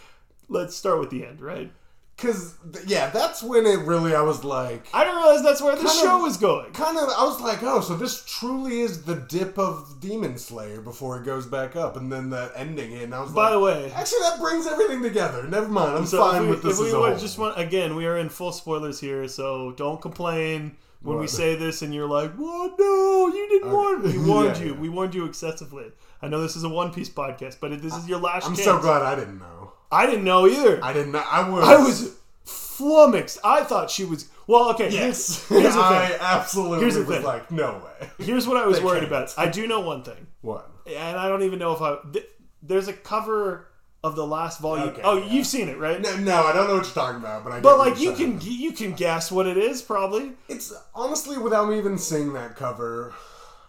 Speaker 2: Let's start with the end, right?
Speaker 3: Cause th- yeah, that's when it really. I was like,
Speaker 2: I didn't realize that's where the
Speaker 3: Kind of-
Speaker 2: show is going.
Speaker 3: kind of. I was like, oh, so this truly is the dip of Demon Slayer before it goes back up, and then the ending. And I was
Speaker 2: By
Speaker 3: like,
Speaker 2: the way,
Speaker 3: actually, that brings everything together. Never mind. I'm
Speaker 2: so if
Speaker 3: fine
Speaker 2: we,
Speaker 3: with this
Speaker 2: if we
Speaker 3: as a
Speaker 2: would
Speaker 3: whole.
Speaker 2: just want again, we are in full spoilers here, so don't complain when we
Speaker 3: What?
Speaker 2: say this and you're like, "What? No, you didn't warn me. We warned
Speaker 3: <laughs> Yeah,
Speaker 2: you.
Speaker 3: yeah.
Speaker 2: We warned you excessively." I know this is a One Piece podcast, but this is your last.
Speaker 3: I'm
Speaker 2: chance.
Speaker 3: so glad I didn't know.
Speaker 2: I didn't know either.
Speaker 3: I didn't. know. I was.
Speaker 2: I was flummoxed. I thought she was. Well, okay. <laughs>
Speaker 3: Yes,
Speaker 2: Here's, here's the thing.
Speaker 3: <laughs> I absolutely
Speaker 2: Here's the
Speaker 3: was
Speaker 2: thing.
Speaker 3: like, no way.
Speaker 2: Here's what I was
Speaker 3: They
Speaker 2: worried
Speaker 3: can't.
Speaker 2: about. I do know one thing,
Speaker 3: What?
Speaker 2: and I don't even know if I. Th- there's a cover of the last volume.
Speaker 3: Okay,
Speaker 2: oh,
Speaker 3: yeah.
Speaker 2: you've seen it, right?
Speaker 3: No, no, I don't know what you're talking about, but I.
Speaker 2: But like, you can you can guess what it is, probably.
Speaker 3: It's honestly without me even seeing that cover.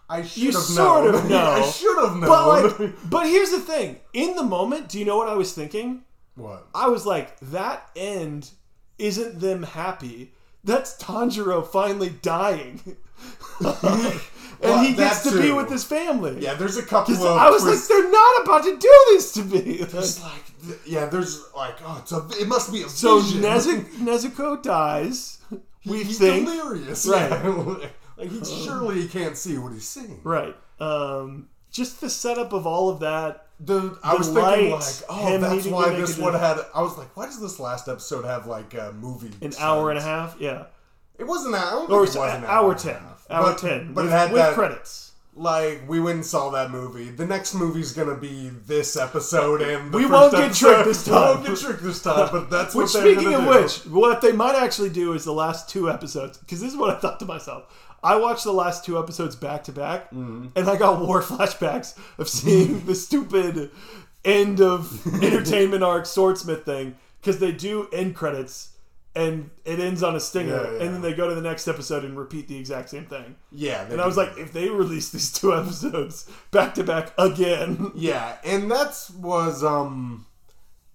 Speaker 3: I should
Speaker 2: You
Speaker 3: have
Speaker 2: sort
Speaker 3: known.
Speaker 2: of know.
Speaker 3: <laughs> I should have known. <laughs>
Speaker 2: But like, but here's the thing. In the moment, do you know what I was thinking?
Speaker 3: what?
Speaker 2: I was like, that end isn't them happy. That's Tanjiro finally
Speaker 3: <laughs>
Speaker 2: dying, <laughs> and
Speaker 3: Well,
Speaker 2: he gets
Speaker 3: that
Speaker 2: to be
Speaker 3: too.
Speaker 2: with his family.
Speaker 3: yeah, there's a couple of.
Speaker 2: I was like,
Speaker 3: twists.
Speaker 2: they're not about to do this to me.
Speaker 3: <laughs> It's like, th- yeah, there's like, oh, it's a, it must be a
Speaker 2: So
Speaker 3: vision. <laughs>
Speaker 2: Nezu- Nezuko dies. We
Speaker 3: he's
Speaker 2: think
Speaker 3: delirious,
Speaker 2: Right.
Speaker 3: yeah. <laughs> like he surely he can't see what he's seeing.
Speaker 2: right. Um, just the setup of all of that.
Speaker 3: The, I
Speaker 2: The
Speaker 3: was
Speaker 2: light,
Speaker 3: thinking like, oh,
Speaker 2: him
Speaker 3: that's
Speaker 2: needing
Speaker 3: why
Speaker 2: to make
Speaker 3: this
Speaker 2: it
Speaker 3: one
Speaker 2: in-
Speaker 3: had. I was like, why does this last episode have like a movie?
Speaker 2: An hour and a half. Yeah,
Speaker 3: It wasn't an hour.
Speaker 2: or
Speaker 3: it
Speaker 2: so-
Speaker 3: was
Speaker 2: hour,
Speaker 3: an hour, and a
Speaker 2: ten.
Speaker 3: half.
Speaker 2: Hour
Speaker 3: But-
Speaker 2: ten.
Speaker 3: But
Speaker 2: with,
Speaker 3: it had
Speaker 2: with
Speaker 3: that
Speaker 2: credits.
Speaker 3: like we went and saw that movie. The next movie's gonna be this episode, and the
Speaker 2: We
Speaker 3: first
Speaker 2: won't get
Speaker 3: episode-
Speaker 2: tricked this
Speaker 3: <laughs> We won't
Speaker 2: time.
Speaker 3: get tricked this time, but that's
Speaker 2: Which,
Speaker 3: what they're
Speaker 2: speaking of
Speaker 3: gonna do.
Speaker 2: which, what they might actually do is the last two episodes, because this is what I thought to myself. I watched the last two episodes back to back,
Speaker 3: Mm-hmm.
Speaker 2: and I got <laughs> war flashbacks of seeing the stupid end
Speaker 3: <laughs>
Speaker 2: of entertainment arc swordsmith thing, because they do end credits and it ends on a stinger,
Speaker 3: Yeah, yeah.
Speaker 2: and then they go to the next episode and repeat the exact same thing.
Speaker 3: yeah,
Speaker 2: And I was like, if they release these two <laughs> episodes back to back again, <laughs>
Speaker 3: yeah, and that's was um,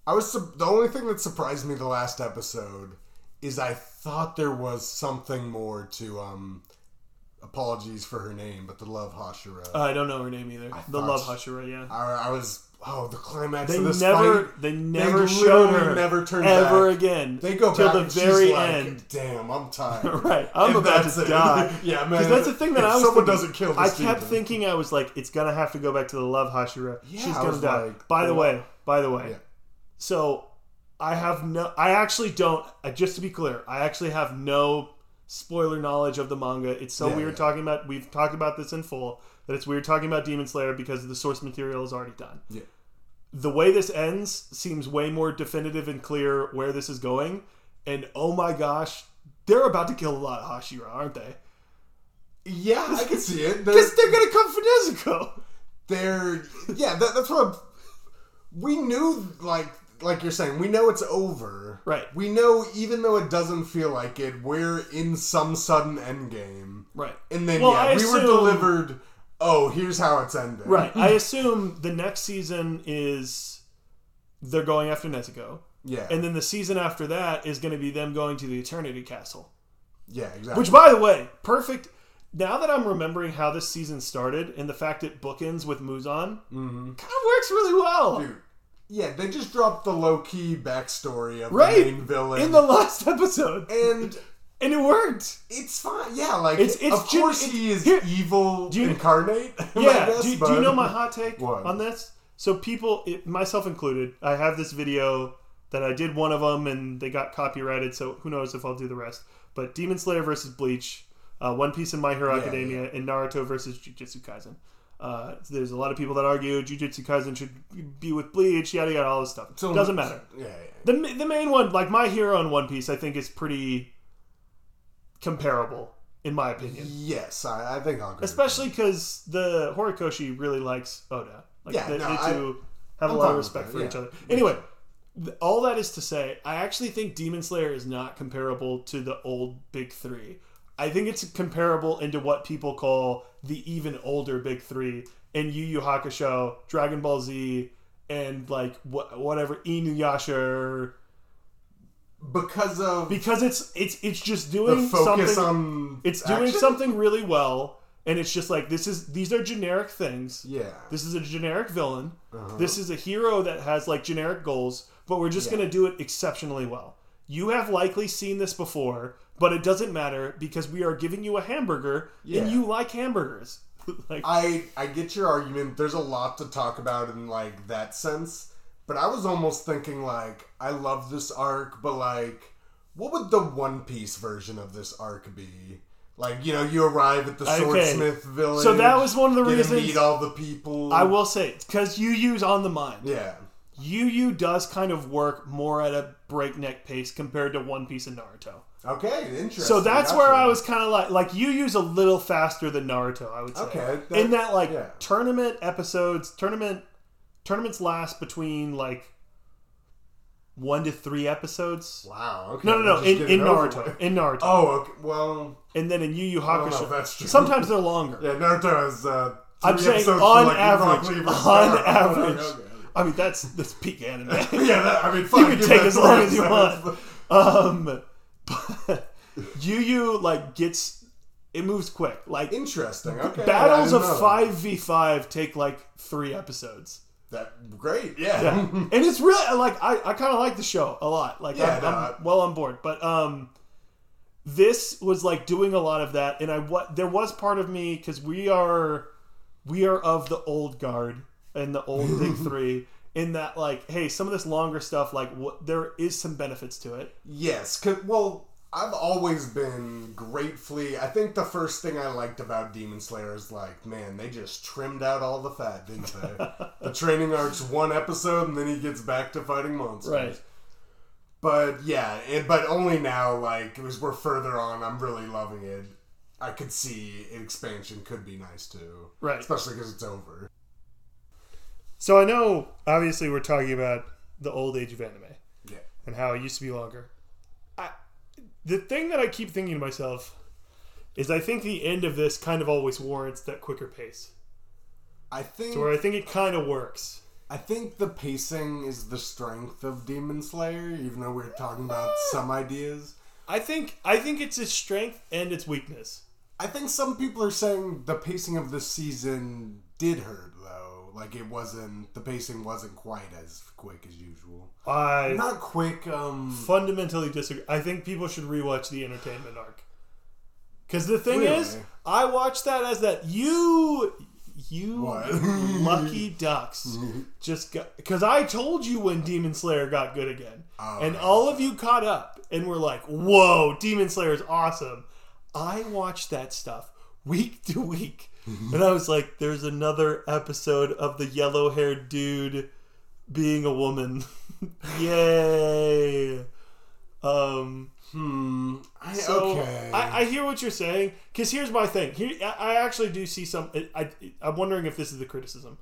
Speaker 3: I was su- the only thing that surprised me the last episode is I thought there was something more to um, apologies for her name, but the love Hashira.
Speaker 2: I don't know her name either. the
Speaker 3: thought
Speaker 2: Love
Speaker 3: she-
Speaker 2: Hashira, yeah.
Speaker 3: I, I was oh the climax
Speaker 2: They
Speaker 3: of this
Speaker 2: never,
Speaker 3: fight.
Speaker 2: they never
Speaker 3: literally
Speaker 2: showed her
Speaker 3: never turned
Speaker 2: ever
Speaker 3: back.
Speaker 2: again.
Speaker 3: They go
Speaker 2: till
Speaker 3: back
Speaker 2: the
Speaker 3: and
Speaker 2: very
Speaker 3: she's like,
Speaker 2: end.
Speaker 3: Damn, I'm
Speaker 2: <laughs>
Speaker 3: tired.
Speaker 2: Right, I'm
Speaker 3: And
Speaker 2: about
Speaker 3: that's
Speaker 2: to
Speaker 3: it.
Speaker 2: die.
Speaker 3: <laughs> yeah, man.
Speaker 2: Because that's the thing that
Speaker 3: if
Speaker 2: I was.
Speaker 3: Someone
Speaker 2: thinking.
Speaker 3: doesn't kill. This
Speaker 2: I kept
Speaker 3: dude,
Speaker 2: thinking I was like, it's gonna have to go back to the love Hashira.
Speaker 3: Yeah,
Speaker 2: She's
Speaker 3: I
Speaker 2: gonna
Speaker 3: was
Speaker 2: die.
Speaker 3: like,
Speaker 2: by the
Speaker 3: what?
Speaker 2: way, by the way,
Speaker 3: Yeah.
Speaker 2: so I have no. I actually don't. I, just to be clear, I actually have no spoiler knowledge of the manga. It's so
Speaker 3: Yeah,
Speaker 2: weird
Speaker 3: yeah.
Speaker 2: talking about. We've talked about this in full. That it's weird talking about Demon Slayer because the source material is already done
Speaker 3: Yeah.
Speaker 2: the way this ends seems way more definitive and clear where this is going. And oh my gosh, they're about to kill a lot of Hashira, aren't they?
Speaker 3: Yeah, I can see it. They're,
Speaker 2: Because they're gonna come for Nezuko.
Speaker 3: they're yeah. That, that's what I'm, we knew. Like like you're saying, we know it's over.
Speaker 2: Right.
Speaker 3: We know, even though it doesn't feel like it, we're in some sudden end game.
Speaker 2: Right.
Speaker 3: And then
Speaker 2: Well,
Speaker 3: yeah,
Speaker 2: I
Speaker 3: we were
Speaker 2: assume-
Speaker 3: delivered. Oh, here's how it's ending.
Speaker 2: Right. I assume the next season is they're going after Nezuko.
Speaker 3: Yeah.
Speaker 2: And then the season after that is gonna be them going to the Eternity Castle.
Speaker 3: yeah. Exactly.
Speaker 2: Which by the way, perfect now that I'm remembering how this season started and the fact it bookends with Muzan, kind of works really well.
Speaker 3: Mm-hmm. Dude, yeah, they just dropped the low key backstory of
Speaker 2: Right.
Speaker 3: the main villain
Speaker 2: in the last episode.
Speaker 3: and
Speaker 2: and it worked.
Speaker 3: it's fine. Yeah, like
Speaker 2: It's- it's
Speaker 3: of
Speaker 2: gen-
Speaker 3: course
Speaker 2: it's-
Speaker 3: he is
Speaker 2: here-
Speaker 3: evil
Speaker 2: you-
Speaker 3: incarnate. <laughs> I
Speaker 2: Yeah.
Speaker 3: guess,
Speaker 2: do, you- do
Speaker 3: but-
Speaker 2: you know my hot take
Speaker 3: What?
Speaker 2: on this? So people, it, myself included, I have this video that I did one of them, and they got copyrighted. So who knows if I'll do the rest? But Demon Slayer versus Bleach, uh, One Piece and My Hero
Speaker 3: Yeah,
Speaker 2: Academia, and Naruto versus Jujutsu Kaisen. Uh, there's a lot of people that argue Jujutsu Kaisen should be with Bleach, yada yada, all this stuff.
Speaker 3: So-
Speaker 2: Doesn't matter.
Speaker 3: Yeah, yeah.
Speaker 2: The, ma- the main one, like My Hero and One Piece, I think is pretty comparable, in my opinion.
Speaker 3: Yes, I, I think I'll agree.
Speaker 2: Especially because the Horikoshi really likes Oda. Like
Speaker 3: Yeah,
Speaker 2: they,
Speaker 3: no,
Speaker 2: they
Speaker 3: I-
Speaker 2: two have
Speaker 3: I'm
Speaker 2: a lot
Speaker 3: fine
Speaker 2: of
Speaker 3: with
Speaker 2: respect
Speaker 3: that,
Speaker 2: for
Speaker 3: yeah.
Speaker 2: each other. Anyway, th- all that is to say, I actually think Demon Slayer is not comparable to the old Big Three. I think it's comparable into what people call the even older Big Three and Yu Yu Hakusho, Dragon Ball Z, and like wh- whatever Inuyasha. Or,
Speaker 3: because of
Speaker 2: because it's it's it's just
Speaker 3: the
Speaker 2: doing
Speaker 3: focus
Speaker 2: something.
Speaker 3: on
Speaker 2: it's doing
Speaker 3: action?
Speaker 2: something really well, and it's just like this is these are generic things.
Speaker 3: Yeah, Uh-huh.
Speaker 2: This is a generic villain. This is a hero that has like generic goals, but we're just going to do it exceptionally well. You have likely seen this before, but it doesn't matter because we are giving you a hamburger
Speaker 3: Yeah.
Speaker 2: and you like hamburgers. <laughs> like
Speaker 3: I I get your argument. There's a lot to talk about in like that sense, but I was almost thinking like I love this arc, but like what would the One Piece version of this arc be? Like you know, you arrive at the
Speaker 2: Okay.
Speaker 3: swordsmith village.
Speaker 2: So that was one of the
Speaker 3: get to
Speaker 2: reasons-
Speaker 3: meet all the people.
Speaker 2: I will say cuz you use on the mind.
Speaker 3: Yeah,
Speaker 2: Yu Yu does kind of work more at a breakneck pace compared to One Piece and Naruto.
Speaker 3: okay, interesting.
Speaker 2: So that's where
Speaker 3: Gotcha.
Speaker 2: I was kind of like, like you use a little faster than Naruto, I would say.
Speaker 3: Okay,
Speaker 2: In that like
Speaker 3: yeah.
Speaker 2: tournament episodes, tournament tournaments last between like
Speaker 4: one to three episodes.
Speaker 3: Wow. Okay.
Speaker 4: No, no, no.
Speaker 3: just
Speaker 4: In,
Speaker 3: get
Speaker 4: in
Speaker 3: it over
Speaker 4: Naruto,
Speaker 3: with.
Speaker 4: in Naruto,
Speaker 3: Oh, okay. well,
Speaker 4: and then in Yu Yu
Speaker 3: I don't know if
Speaker 4: Hakusho.
Speaker 3: that's true.
Speaker 4: Sometimes they're longer.
Speaker 3: yeah, Naruto is. Uh,
Speaker 4: I'm
Speaker 3: three
Speaker 4: saying
Speaker 3: episodes for,
Speaker 4: on
Speaker 3: like,
Speaker 4: average, <laughs>
Speaker 3: Rock Lee versus
Speaker 4: on
Speaker 3: Naruto.
Speaker 4: average.
Speaker 3: <laughs> Okay, okay.
Speaker 4: I mean, that's that's peak anime.
Speaker 3: <laughs> Yeah, that, I mean, fine,
Speaker 4: can
Speaker 3: give
Speaker 4: take
Speaker 3: that
Speaker 4: as long
Speaker 3: to
Speaker 4: as you
Speaker 3: us.
Speaker 4: want. um, but <laughs> Yu Yu like gets it moves quick. Like
Speaker 3: Interesting. Okay.
Speaker 4: battles
Speaker 3: I
Speaker 4: of
Speaker 3: didn't know that.
Speaker 4: five v five take like three episodes.
Speaker 3: That great. Yeah.
Speaker 4: Yeah. <laughs> and it's really like I, I kind of like the show a lot. Like
Speaker 3: Yeah,
Speaker 4: I'm,
Speaker 3: no,
Speaker 4: I'm
Speaker 3: I-
Speaker 4: well on board, but um, this was like doing a lot of that, and I what there was part of me because we are we are of the old guard and the
Speaker 3: <laughs>
Speaker 4: old big three. In that, like, hey, some of this longer stuff, like, what, there is some benefits to it.
Speaker 3: <laughs> Yes. 'cause- well, I've always been gratefully. I think the first thing I liked about Demon Slayer is like, man, they just trimmed out all the fat, didn't
Speaker 4: <laughs>
Speaker 3: they? the training arc's one episode, and then he gets back to fighting monsters. But yeah, it, but only now. Like, as we're further on, I'm really loving it. I could see an expansion could be nice too,
Speaker 4: Right.
Speaker 3: especially because it's over.
Speaker 2: So I know, obviously, we're talking about the old age of anime
Speaker 3: Yeah.
Speaker 2: and how it used to be longer. I, the thing that I keep thinking to myself is I think the end of this kind of always warrants that quicker pace,
Speaker 3: I think.
Speaker 2: to where I think it kind of works.
Speaker 3: I think the pacing is the strength of Demon Slayer, even though we're talking about some ideas.
Speaker 2: I think I think it's its strength and its weakness.
Speaker 3: I think some people are saying the pacing of this season did hurt, though. Like it wasn't the pacing wasn't quite as quick as usual.
Speaker 2: I
Speaker 3: Not quick. Um,
Speaker 2: fundamentally disagree. I think people should rewatch the entertainment arc. Because the thing is,
Speaker 3: Really?
Speaker 2: I watched that as that you, you
Speaker 3: What? <laughs>
Speaker 2: lucky ducks, just got because I told you when Demon Slayer got good again,
Speaker 3: Oh,
Speaker 2: and
Speaker 3: yeah.
Speaker 2: all of you caught up and were like, "Whoa, Demon Slayer is awesome." I watched that stuff week to week, and I was like, "There's another episode of the yellow-haired dude." being a woman. <laughs> Yay. Um,
Speaker 3: hmm. I,
Speaker 2: so
Speaker 3: okay.
Speaker 2: I, I hear what you're saying. Because here's my thing. Here, I I actually do see some. I, I, am wondering if this is the criticism.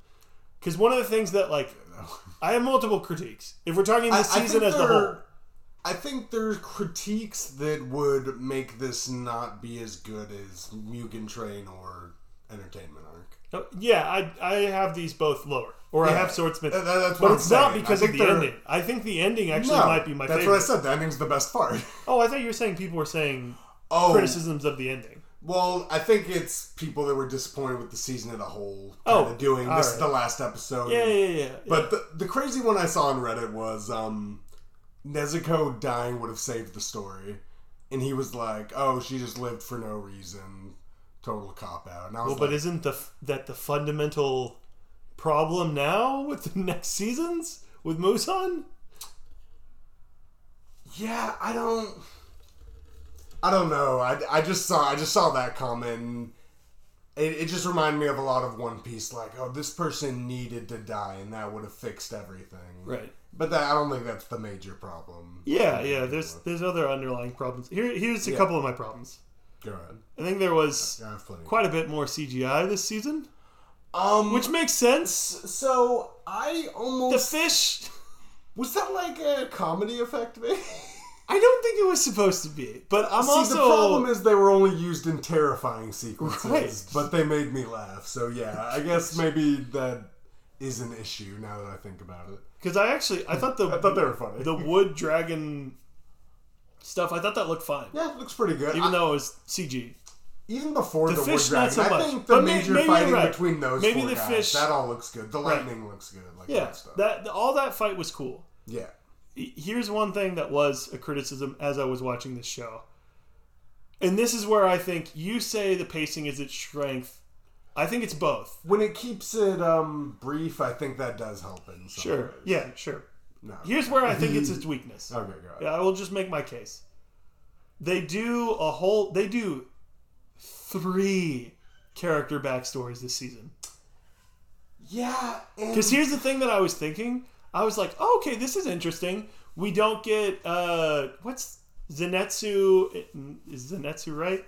Speaker 2: Because one of the things that, like, I have multiple critiques. If we're talking this
Speaker 3: I
Speaker 2: season
Speaker 3: think
Speaker 2: as the
Speaker 3: there
Speaker 2: whole,
Speaker 3: are- I think there's critiques that would make this not be as good as Mugen Train or Entertainment Arc.
Speaker 2: No, yeah, I, I have these both lower. Or I
Speaker 3: Yeah.
Speaker 2: have Swordsmith.
Speaker 3: That- that- that's what
Speaker 2: but
Speaker 3: I'm
Speaker 2: it's not
Speaker 3: saying. I
Speaker 2: because of
Speaker 3: think
Speaker 2: the
Speaker 3: they're-
Speaker 2: ending. I think the ending actually might be my
Speaker 3: that's
Speaker 2: favorite.
Speaker 3: what I said. The ending's the best part. <laughs>
Speaker 2: oh, I thought you were saying people were saying
Speaker 3: Oh,
Speaker 2: criticisms of the ending.
Speaker 3: well, I think it's people that were disappointed with the season as a whole.
Speaker 2: Oh,
Speaker 3: kinda doing
Speaker 2: all
Speaker 3: this is
Speaker 2: right.
Speaker 3: the last episode.
Speaker 2: Yeah, yeah, yeah. yeah.
Speaker 3: But the, the crazy one I saw on Reddit was um, Nezuko dying would have saved the story, and he was like, "Oh, she just lived for no reason, total cop out." And I was
Speaker 2: Well,
Speaker 3: like,
Speaker 2: but isn't the that the fundamental problem now with the <laughs> next seasons with Musan?
Speaker 3: "Yeah, I don't, I don't know. I, I just saw I just saw that comment. And it, it just reminded me of a lot of One Piece. Like, oh, this person needed to die, and that would have fixed everything.
Speaker 2: Right.
Speaker 3: But that, I don't think that's the major problem.
Speaker 2: Yeah, yeah. There's there's other underlying problems. Here here's a couple of my problems.
Speaker 3: Go ahead.
Speaker 2: I think there was
Speaker 3: I have plenty.
Speaker 2: quite a bit more CGI this season,
Speaker 3: um.
Speaker 2: which makes sense.
Speaker 3: So I almost
Speaker 2: The fish.
Speaker 3: was that like a comedy effect, maybe. <laughs>
Speaker 2: I don't think it was supposed to be, but I'm
Speaker 3: See,
Speaker 2: also
Speaker 3: the problem is they were only used in terrifying sequences,
Speaker 2: Right.
Speaker 3: but they made me laugh. So yeah,
Speaker 2: <laughs>
Speaker 3: I guess maybe that is an issue now that I think about it.
Speaker 2: because I actually I thought the
Speaker 3: I thought they were funny.
Speaker 2: the wood dragon stuff. I thought that looked fine,
Speaker 3: yeah, it looks pretty good.
Speaker 2: even
Speaker 3: I-
Speaker 2: though it was CG.
Speaker 3: even before
Speaker 2: the
Speaker 3: the,
Speaker 2: fish,
Speaker 3: wood
Speaker 2: not
Speaker 3: dragon,
Speaker 2: so much.
Speaker 3: I think the
Speaker 2: But may-
Speaker 3: major
Speaker 2: maybe you're
Speaker 3: fighting
Speaker 2: right.
Speaker 3: between those
Speaker 2: Maybe
Speaker 3: four
Speaker 2: the
Speaker 3: guys,
Speaker 2: fish-
Speaker 3: that all looks good. The lightning looks good, like
Speaker 2: Yeah,
Speaker 3: that stuff.
Speaker 2: that all that fight was cool.
Speaker 3: yeah,
Speaker 2: here's one thing that was a criticism as I was watching this show. And this is where I think you say the pacing is its strength. I think it's both.
Speaker 3: when it keeps it um brief, I think that does help in some ways.
Speaker 2: Yeah, sure.
Speaker 3: No.
Speaker 2: Here's where I think it's its weakness.
Speaker 3: okay, go
Speaker 2: I
Speaker 3: ahead.
Speaker 2: will just make my case. They do a whole they do three character backstories this season.
Speaker 3: Yeah, and
Speaker 2: Because here's the thing that I was thinking. I was like, oh, okay, this is interesting. We don't get uh, what's Zenetsu? Is Zenetsu right?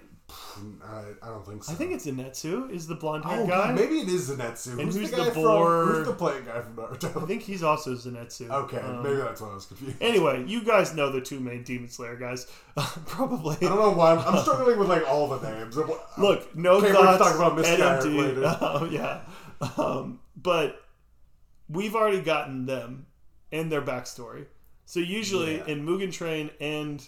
Speaker 3: I, I don't think so.
Speaker 2: I think it's Inetsu is the blonde haired
Speaker 3: Oh,
Speaker 2: guy.
Speaker 3: God, maybe it is Zenetsu.
Speaker 2: And who's the
Speaker 3: guy
Speaker 2: board-
Speaker 3: From, who's the playing guy from
Speaker 2: I <laughs>
Speaker 3: Naruto?
Speaker 2: think he's also Zenetsu.
Speaker 3: Okay,
Speaker 2: Um,
Speaker 3: maybe that's why I was confused.
Speaker 2: Anyway, you guys know the two main Demon Slayer guys, <laughs> probably.
Speaker 3: I don't know why
Speaker 2: <laughs>
Speaker 3: I'm, I'm struggling with like all the names. I'm-
Speaker 2: Look, no
Speaker 3: Okay, we're
Speaker 2: thoughts.
Speaker 3: gonna talk about Miss Garrett
Speaker 2: NMD.
Speaker 3: later.
Speaker 2: <laughs> Oh, yeah, um, but we've already gotten them and their backstory. So usually
Speaker 3: Yeah.
Speaker 2: in Mugen Train and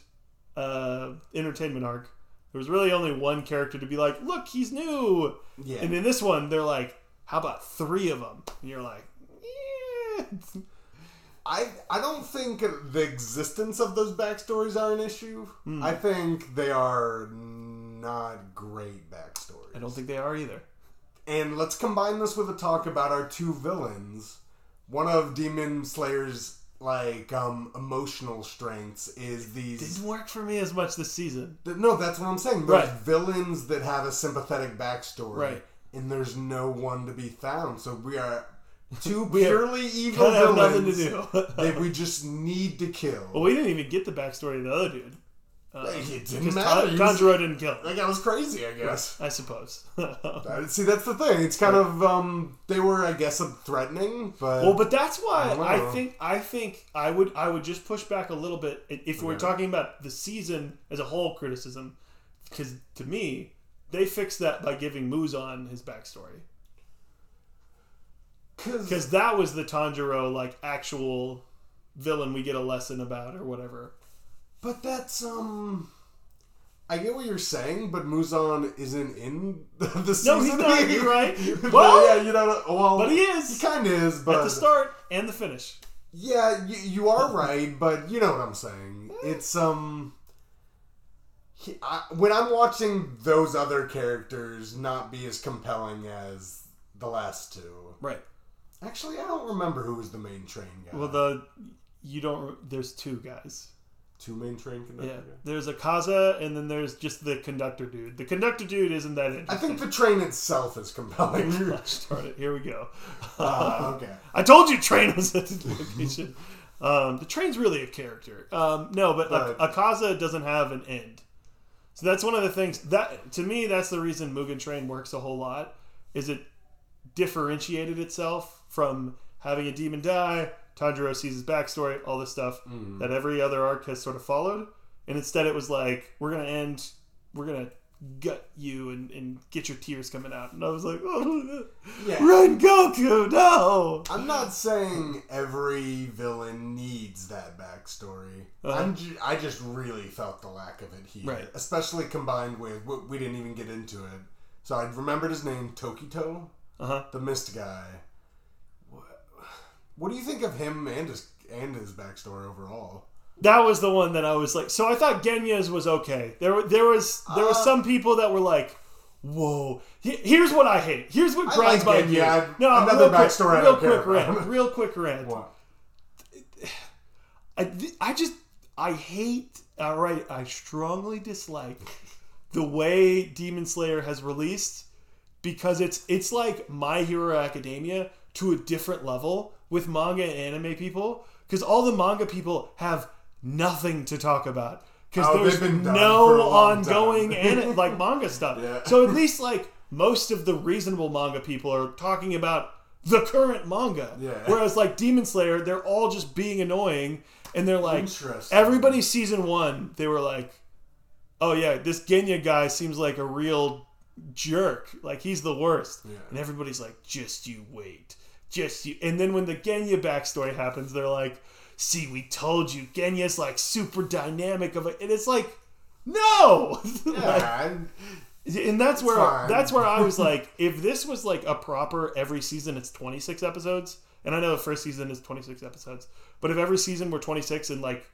Speaker 2: uh, Entertainment Arc, there was really only one character to be like, "Look, he's new."
Speaker 3: Yeah.
Speaker 2: And in this one, they're like, "How about three of them?" And you're like, "Yeah."
Speaker 3: I I don't think the existence of those backstories are an issue.
Speaker 2: Hmm.
Speaker 3: I think they are not great backstories.
Speaker 2: I don't think they are either.
Speaker 3: And let's combine this with a talk about our two villains. One of Demon Slayer's like um, emotional strengths is these.
Speaker 2: Didn't work for me as much this season.
Speaker 3: th- no, that's what I'm saying. Those
Speaker 2: Right.
Speaker 3: villains that have a sympathetic backstory,
Speaker 2: Right.
Speaker 3: and there's no one to be found. So we are
Speaker 2: <laughs>
Speaker 3: two
Speaker 2: have-
Speaker 3: purely evil
Speaker 2: kinda have
Speaker 3: villains
Speaker 2: nothing to do. <laughs>
Speaker 3: that we just need to kill.
Speaker 2: Well, we didn't even get the backstory of the other dude. Uh,
Speaker 3: Like, it didn't
Speaker 2: because
Speaker 3: matter.
Speaker 2: Ta-
Speaker 3: He was-
Speaker 2: Tanjiro didn't kill him.
Speaker 3: Like I was crazy, I guess.
Speaker 2: I suppose. <laughs>
Speaker 3: Uh, See, that's the thing. It's kind of um, they were, I guess, threatening, but
Speaker 2: well, but that's why
Speaker 3: I don't
Speaker 2: I,
Speaker 3: know.
Speaker 2: think I think I would I would just push back a little bit i- if we're
Speaker 3: Okay.
Speaker 2: talking about the season as a whole criticism, because to me they fixed that by giving Muzan his backstory because that was the Tanjiro like actual villain we get a lesson about or whatever.
Speaker 3: but that's um, I get what you're saying, but Muzan isn't in <laughs> the, the
Speaker 2: No,
Speaker 3: season.
Speaker 2: he's not. You're right.
Speaker 3: <laughs> But
Speaker 2: Well,
Speaker 3: yeah, you know, well,
Speaker 2: but he is.
Speaker 3: He kind of is, but
Speaker 2: at the start and the finish.
Speaker 3: Yeah, you, you are right, but you know what I'm saying. It's um, he, I, when I'm watching those other characters not be as compelling as the last two.
Speaker 2: Right.
Speaker 3: Actually, I don't remember who was the main train guy.
Speaker 2: Well, the you don't. There's two guys.
Speaker 3: two main train
Speaker 2: Yeah.
Speaker 3: conductor. guy?
Speaker 2: There's a Kaza, and then there's just the conductor dude. The conductor dude isn't that
Speaker 3: I
Speaker 2: interesting.
Speaker 3: think the train itself is compelling.
Speaker 2: <laughs>
Speaker 3: <laughs>
Speaker 2: Let's start it. Here we go.
Speaker 3: uh, okay.
Speaker 2: I told you train was at the location. um, the train's really a character. Um, no, but like,
Speaker 3: But-
Speaker 2: Akaza doesn't have an end. So that's one of the things that to me that's the reason Mugen Train works a whole lot is it differentiated itself from having a demon die, Tanjiro sees his backstory, all this stuff that every other arc has sort of followed. And instead it was like, we're gonna end we're gonna gut you and, and get your tears coming out. And I was like, oh, <laughs>
Speaker 3: Yeah.
Speaker 2: Run Goku, no!
Speaker 3: I'm not saying every villain needs that backstory. I'm ju- I just really felt the lack of it here,
Speaker 2: Right.
Speaker 3: especially combined with what we didn't even get into it. So I remembered his name, Tokito,
Speaker 2: Uh-huh.
Speaker 3: the Mist guy. What, what do you think of him and his and his backstory overall?
Speaker 2: That was the one that I was like. So I thought Genya's was okay. There, were- there was there were
Speaker 3: Uh,
Speaker 2: some people that were like, "Whoa, he- here's what I hate. Here's what
Speaker 3: I
Speaker 2: grinds
Speaker 3: like
Speaker 2: my
Speaker 3: Genya.
Speaker 2: gears."
Speaker 3: I've-
Speaker 2: No,
Speaker 3: another
Speaker 2: real quick,
Speaker 3: backstory I
Speaker 2: real
Speaker 3: don't care
Speaker 2: quick
Speaker 3: about.
Speaker 2: rant. Real quick rant.
Speaker 3: What?
Speaker 2: I, th- I just I hate. All right, I strongly dislike the way Demon Slayer has released because it's it's like My Hero Academia to a different level with manga and anime people because all the manga people have nothing to talk about because
Speaker 3: Oh,
Speaker 2: there's
Speaker 3: they've been done for
Speaker 2: no
Speaker 3: a long time.
Speaker 2: ongoing
Speaker 3: <laughs>
Speaker 2: and like manga stuff.
Speaker 3: Yeah.
Speaker 2: So at least like most of the reasonable manga people are talking about the current manga.
Speaker 3: Yeah.
Speaker 2: Whereas like Demon Slayer, they're all just being annoying and they're like
Speaker 3: Interesting.
Speaker 2: everybody season one, they were like, Oh yeah, this Genya guy seems like a real jerk. Like he's the worst.
Speaker 3: Yeah.
Speaker 2: And everybody's like, just you wait. Just you and then when the Genya backstory happens, they're like, see, we told you Genya's like super dynamic of a and it's like no, <laughs> Like,
Speaker 3: Yeah,
Speaker 2: and that's where
Speaker 3: fine.
Speaker 2: that's where I
Speaker 3: <laughs>
Speaker 2: was like, if this was like a proper every season, it's twenty six episodes, and I know the first season is twenty six episodes, but if every season were twenty six and like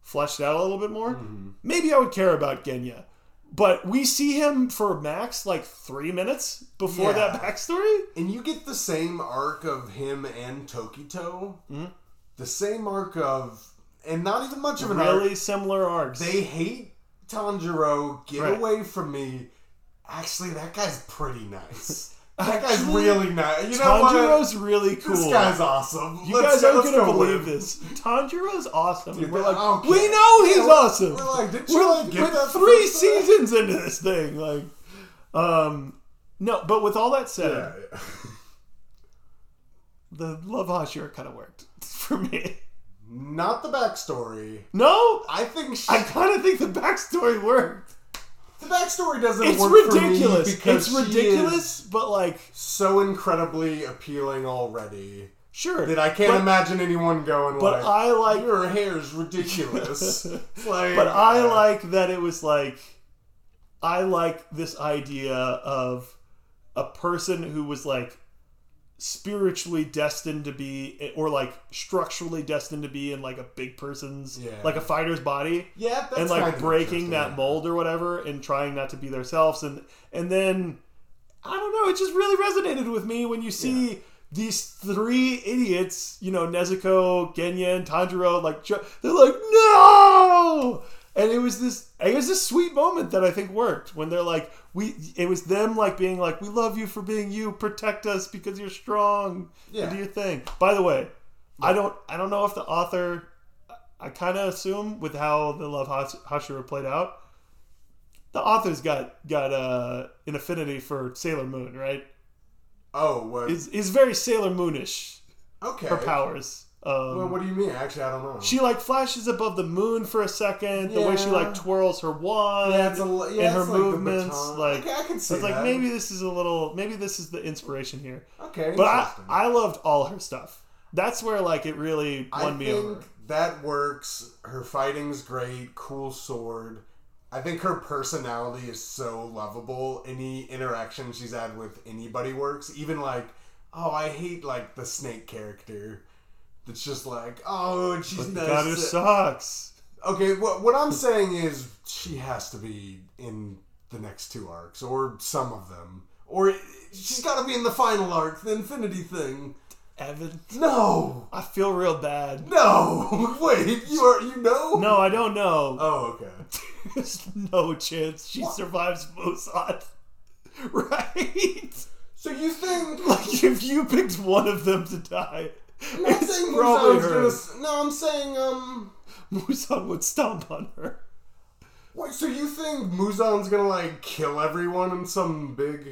Speaker 2: fleshed out a little bit more,
Speaker 3: Mm-hmm.
Speaker 2: maybe I would care about Genya. But we see him for max like three minutes before that
Speaker 3: Yeah.
Speaker 2: backstory.
Speaker 3: And you get the same arc of him and Tokito. The same arc of, and not even much of an arc.
Speaker 2: Really similar arcs.
Speaker 3: They hate Tanjiro. Get
Speaker 2: Right. <laughs>
Speaker 3: away from me. Actually, that guy's pretty nice. That guy's really nice. You know what?
Speaker 2: Tanjiro's really cool.
Speaker 3: This guy's awesome.
Speaker 2: you
Speaker 3: Let's-
Speaker 2: guys aren't
Speaker 3: let's
Speaker 2: gonna
Speaker 3: go
Speaker 2: believe
Speaker 3: with him.
Speaker 2: this. Tanjiro's awesome.
Speaker 3: Dude,
Speaker 2: we're
Speaker 3: that-
Speaker 2: like,
Speaker 3: okay.
Speaker 2: we know he's
Speaker 3: Yeah, we're-
Speaker 2: awesome.
Speaker 3: We're like, didn't
Speaker 2: we're
Speaker 3: you like get
Speaker 2: we're
Speaker 3: that
Speaker 2: three
Speaker 3: first time?
Speaker 2: seasons into this thing. Like, um, no, but with all that said,
Speaker 3: Yeah, yeah.
Speaker 2: the Love Hashira kind of worked <laughs> for me.
Speaker 3: Not the backstory.
Speaker 2: No,
Speaker 3: I think she,
Speaker 2: I kind of think the backstory worked.
Speaker 3: the backstory doesn't
Speaker 2: It's
Speaker 3: work for
Speaker 2: ridiculous.
Speaker 3: me because
Speaker 2: It's
Speaker 3: she
Speaker 2: ridiculous,
Speaker 3: is
Speaker 2: but like,
Speaker 3: so incredibly appealing already
Speaker 2: sure.
Speaker 3: that I can't
Speaker 2: but,
Speaker 3: imagine anyone going
Speaker 2: But
Speaker 3: like,
Speaker 2: I like
Speaker 3: your hair's
Speaker 2: <laughs>
Speaker 3: ridiculous. It's like,
Speaker 2: But I
Speaker 3: uh,
Speaker 2: like that it was like, I like this idea of a person who was like spiritually destined to be, or like structurally destined to be in like a big person's,
Speaker 3: Yeah.
Speaker 2: like a fighter's body,
Speaker 3: yeah, that's
Speaker 2: and
Speaker 3: kind
Speaker 2: like
Speaker 3: of
Speaker 2: breaking that
Speaker 3: interesting.
Speaker 2: mold or whatever, and trying not to be themselves, and and then I don't know, it just really resonated with me when you see. These three idiots, you know, Nezuko, Genya, and Tanjiro, like ju- they're like, no, and it was this, it was this sweet moment that I think worked when they're like, we, it was them like being like, we love you for being you, protect us because you're strong, and
Speaker 3: Yeah.
Speaker 2: do your thing. By the way, I don't, I don't know if the author, I kind of assume with how the Love Hash- Hashira played out, the author's got got uh, an affinity for Sailor Moon, right?
Speaker 3: Oh, what?
Speaker 2: is is very Sailor Moonish
Speaker 3: okay.
Speaker 2: her powers. Um,
Speaker 3: Well, what do you mean? Actually, I don't know.
Speaker 2: she like flashes above the moon for a second. The way she like
Speaker 3: Yeah.
Speaker 2: twirls her wand
Speaker 3: yeah, it's a, li- yeah,
Speaker 2: and her
Speaker 3: it's like the
Speaker 2: movements,
Speaker 3: baton.
Speaker 2: like
Speaker 3: okay, I can
Speaker 2: I
Speaker 3: see
Speaker 2: was like,
Speaker 3: that.
Speaker 2: maybe this is a little, maybe this is the inspiration here.
Speaker 3: Okay,
Speaker 2: But I
Speaker 3: interesting.
Speaker 2: I loved all her stuff. That's where like it really
Speaker 3: I
Speaker 2: won me
Speaker 3: think
Speaker 2: over.
Speaker 3: that works. Her fighting's great, cool sword. I think her personality is so lovable. Any interaction she's had with anybody works. Even like, oh, I hate like the snake character. That's just like, oh, and she's nice.
Speaker 2: God, who
Speaker 3: to-
Speaker 2: sucks.
Speaker 3: Okay, what what I'm saying is she has to be in the next two arcs or some of them, or she's got to be in the final arc, the Infinity thing.
Speaker 2: Evan,
Speaker 3: No,
Speaker 2: I feel real bad.
Speaker 3: no, <laughs> wait, you are you know?
Speaker 2: No, I don't know.
Speaker 3: Oh, okay.
Speaker 2: There's no chance she survives Mozart, <laughs> right?
Speaker 3: So
Speaker 2: <laughs>
Speaker 3: you think?
Speaker 2: Like if you picked one of them to die,
Speaker 3: I'm not
Speaker 2: it's
Speaker 3: saying
Speaker 2: probably
Speaker 3: Muzan's
Speaker 2: her.
Speaker 3: gonna. s- No, I'm saying um.
Speaker 2: Muzan would stomp on her.
Speaker 3: Wait, so you think Muzan's gonna like kill everyone in some big?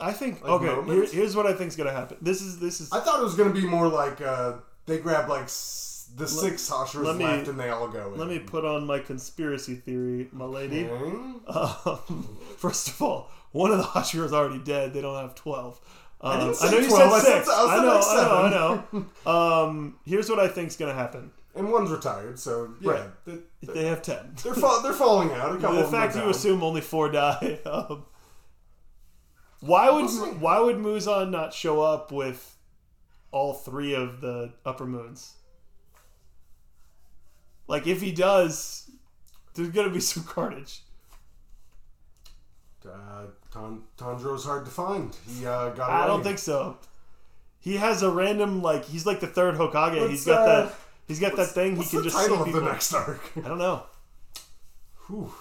Speaker 2: I think
Speaker 3: Like
Speaker 2: okay. Here,
Speaker 3: moments?
Speaker 2: here's what I think's gonna happen. This is this is.
Speaker 3: I thought it was gonna be more like uh they grab like s- the six Hashiras
Speaker 2: let me-
Speaker 3: left and they all go in.
Speaker 2: let me put on my conspiracy theory, my lady.
Speaker 3: Hmm?
Speaker 2: Um, <laughs> first of all, one of the Hashira's already dead. They don't have twelve. Um, I,
Speaker 3: didn't say
Speaker 2: know you
Speaker 3: 12, I
Speaker 2: said
Speaker 3: said-
Speaker 2: six.
Speaker 3: I said
Speaker 2: know,
Speaker 3: like
Speaker 2: I know.
Speaker 3: <laughs>
Speaker 2: I know. um, here's what I think's gonna happen.
Speaker 3: And one's retired, so yeah,
Speaker 2: Right.
Speaker 3: they,
Speaker 2: They have ten.
Speaker 3: are fa- they're falling out. A couple
Speaker 2: the
Speaker 3: of them
Speaker 2: fact
Speaker 3: are
Speaker 2: you
Speaker 3: down.
Speaker 2: assume only four die. <laughs> Um, why would why would Muzan not show up with all three of the upper moons? Like if he does, there's gonna be some <laughs> carnage.
Speaker 3: uh, Tan- Tanjiro's hard to find. He uh, got.
Speaker 2: I don't
Speaker 3: away.
Speaker 2: think so. He has a random like he's like the third Hokage. he's
Speaker 3: What's,
Speaker 2: got
Speaker 3: uh,
Speaker 2: that he's got that thing he
Speaker 3: What's
Speaker 2: can
Speaker 3: the
Speaker 2: just
Speaker 3: title
Speaker 2: see
Speaker 3: of
Speaker 2: people.
Speaker 3: the
Speaker 2: <laughs>
Speaker 3: next arc?
Speaker 2: I don't know.
Speaker 3: Whew.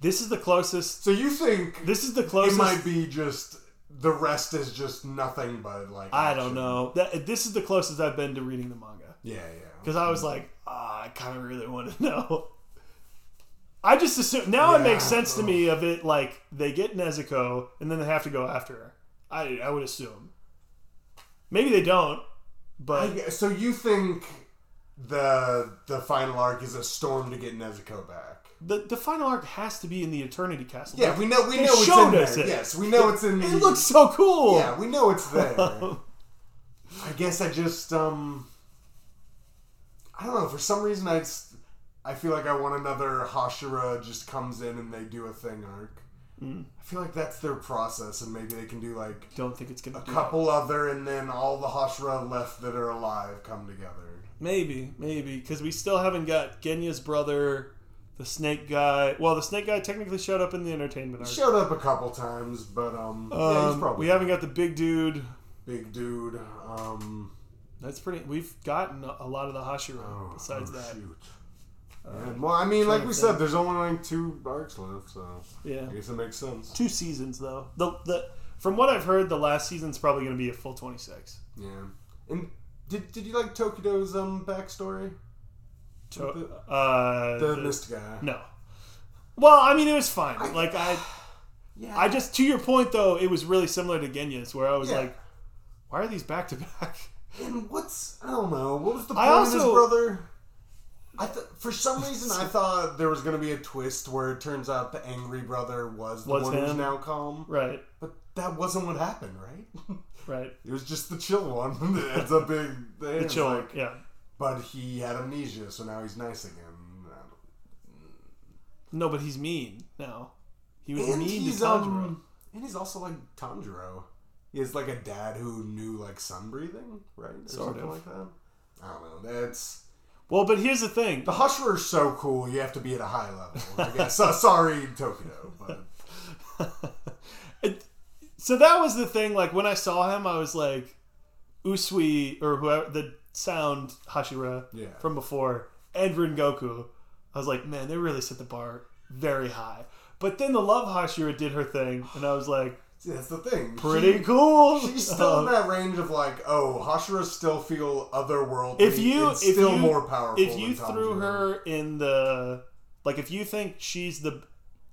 Speaker 2: This is the closest.
Speaker 3: So you think
Speaker 2: This is the
Speaker 3: it
Speaker 2: closest.
Speaker 3: might be just the rest is just nothing but like
Speaker 2: I
Speaker 3: action.
Speaker 2: don't know. That, this is the closest I've been to reading the manga.
Speaker 3: Yeah, yeah.
Speaker 2: because I was like, ah, I kind of really want to <laughs> know. I just assume now it
Speaker 3: Yeah.
Speaker 2: makes sense to me of it like they get Nezuko and then they have to go after her. I I would assume. Maybe they don't, but
Speaker 3: I- so you think the the final arc is a storm to get Nezuko back?
Speaker 2: the the final arc has to be in the Eternity Castle.
Speaker 3: Yeah, we know we
Speaker 2: They
Speaker 3: know it's
Speaker 2: showed
Speaker 3: in there.
Speaker 2: us it.
Speaker 3: Yes, we know it's in.
Speaker 2: it
Speaker 3: the-
Speaker 2: looks so cool.
Speaker 3: Yeah, we know it's there.
Speaker 2: <laughs>
Speaker 3: I guess I just um I don't know, for some reason I just, I feel like I want another Hashira just comes in and they do a thing arc.
Speaker 2: Hmm.
Speaker 3: I feel like that's their process and maybe they can do like
Speaker 2: Don't think it's gonna
Speaker 3: a
Speaker 2: do
Speaker 3: couple other and then all the Hashira left that are alive come together.
Speaker 2: that. Maybe maybe because we still haven't got Genya's brother, the snake guy. Well, the snake guy technically showed up in the entertainment arc.
Speaker 3: Showed up a couple times, but um, yeah, he's
Speaker 2: Um,
Speaker 3: probably
Speaker 2: we haven't got the big dude.
Speaker 3: big dude. Um
Speaker 2: That's pretty. We've gotten a lot of the Hashira
Speaker 3: oh,
Speaker 2: besides
Speaker 3: oh,
Speaker 2: that. Uh,
Speaker 3: shoot. And, well, I mean, like we
Speaker 2: to
Speaker 3: said, there's only like two arcs left, so
Speaker 2: Yeah,
Speaker 3: I guess it makes sense.
Speaker 2: two seasons though. The the From what I've heard, the last season's probably going to be a full 26.
Speaker 3: Yeah. And did, did you like Tokido's um backstory?
Speaker 2: To-
Speaker 3: The-
Speaker 2: uh,
Speaker 3: The
Speaker 2: the-
Speaker 3: mist guy.
Speaker 2: no. Well, I mean, it was fine. like I,
Speaker 3: <sighs> Yeah.
Speaker 2: I just to your point though, it was really similar to Genya's, where I was
Speaker 3: Yeah.
Speaker 2: like, why are these back to back? <laughs>
Speaker 3: And what's I don't know. What was the point
Speaker 2: I
Speaker 3: of his
Speaker 2: also-
Speaker 3: brother? I th- for
Speaker 2: <laughs>
Speaker 3: some reason I thought there was going to be a twist where it turns out the angry brother was the
Speaker 2: Was
Speaker 3: one who's
Speaker 2: him.
Speaker 3: now calm,
Speaker 2: Right,
Speaker 3: but that wasn't what happened, right? <laughs>
Speaker 2: right.
Speaker 3: it was just the chill one <laughs> that ends up being the,
Speaker 2: The chill, yeah.
Speaker 3: But he had amnesia, so now he's nice again.
Speaker 2: No, but he's mean now. He was
Speaker 3: And
Speaker 2: mean
Speaker 3: he's
Speaker 2: to Tanjiro.
Speaker 3: um, and he's also like Tanjiro. He has like a dad who knew like sun breathing, right? Or
Speaker 2: Sort
Speaker 3: something
Speaker 2: of.
Speaker 3: like that. I don't know. That's
Speaker 2: well, but here's the thing.
Speaker 3: The Husher's so cool, you have to be at a high level.
Speaker 2: <laughs>
Speaker 3: I guess. so, sorry, Tokyo, but
Speaker 2: It- so that was the thing. Like when I saw him, I was like, Usui or whoever the sound Hashira
Speaker 3: Yeah.
Speaker 2: from before and Goku. I was like, man, they really set the bar very high. But then the love Hashira did her thing, and I was like,
Speaker 3: see, that's the thing.
Speaker 2: pretty
Speaker 3: She-
Speaker 2: cool.
Speaker 3: she's still
Speaker 2: <laughs> Um,
Speaker 3: in that range of like, oh, Hashira still feel otherworldly.
Speaker 2: if you
Speaker 3: and
Speaker 2: if
Speaker 3: still
Speaker 2: you,
Speaker 3: more powerful.
Speaker 2: if you
Speaker 3: than
Speaker 2: threw
Speaker 3: Tanjiro.
Speaker 2: her in the like if you think she's the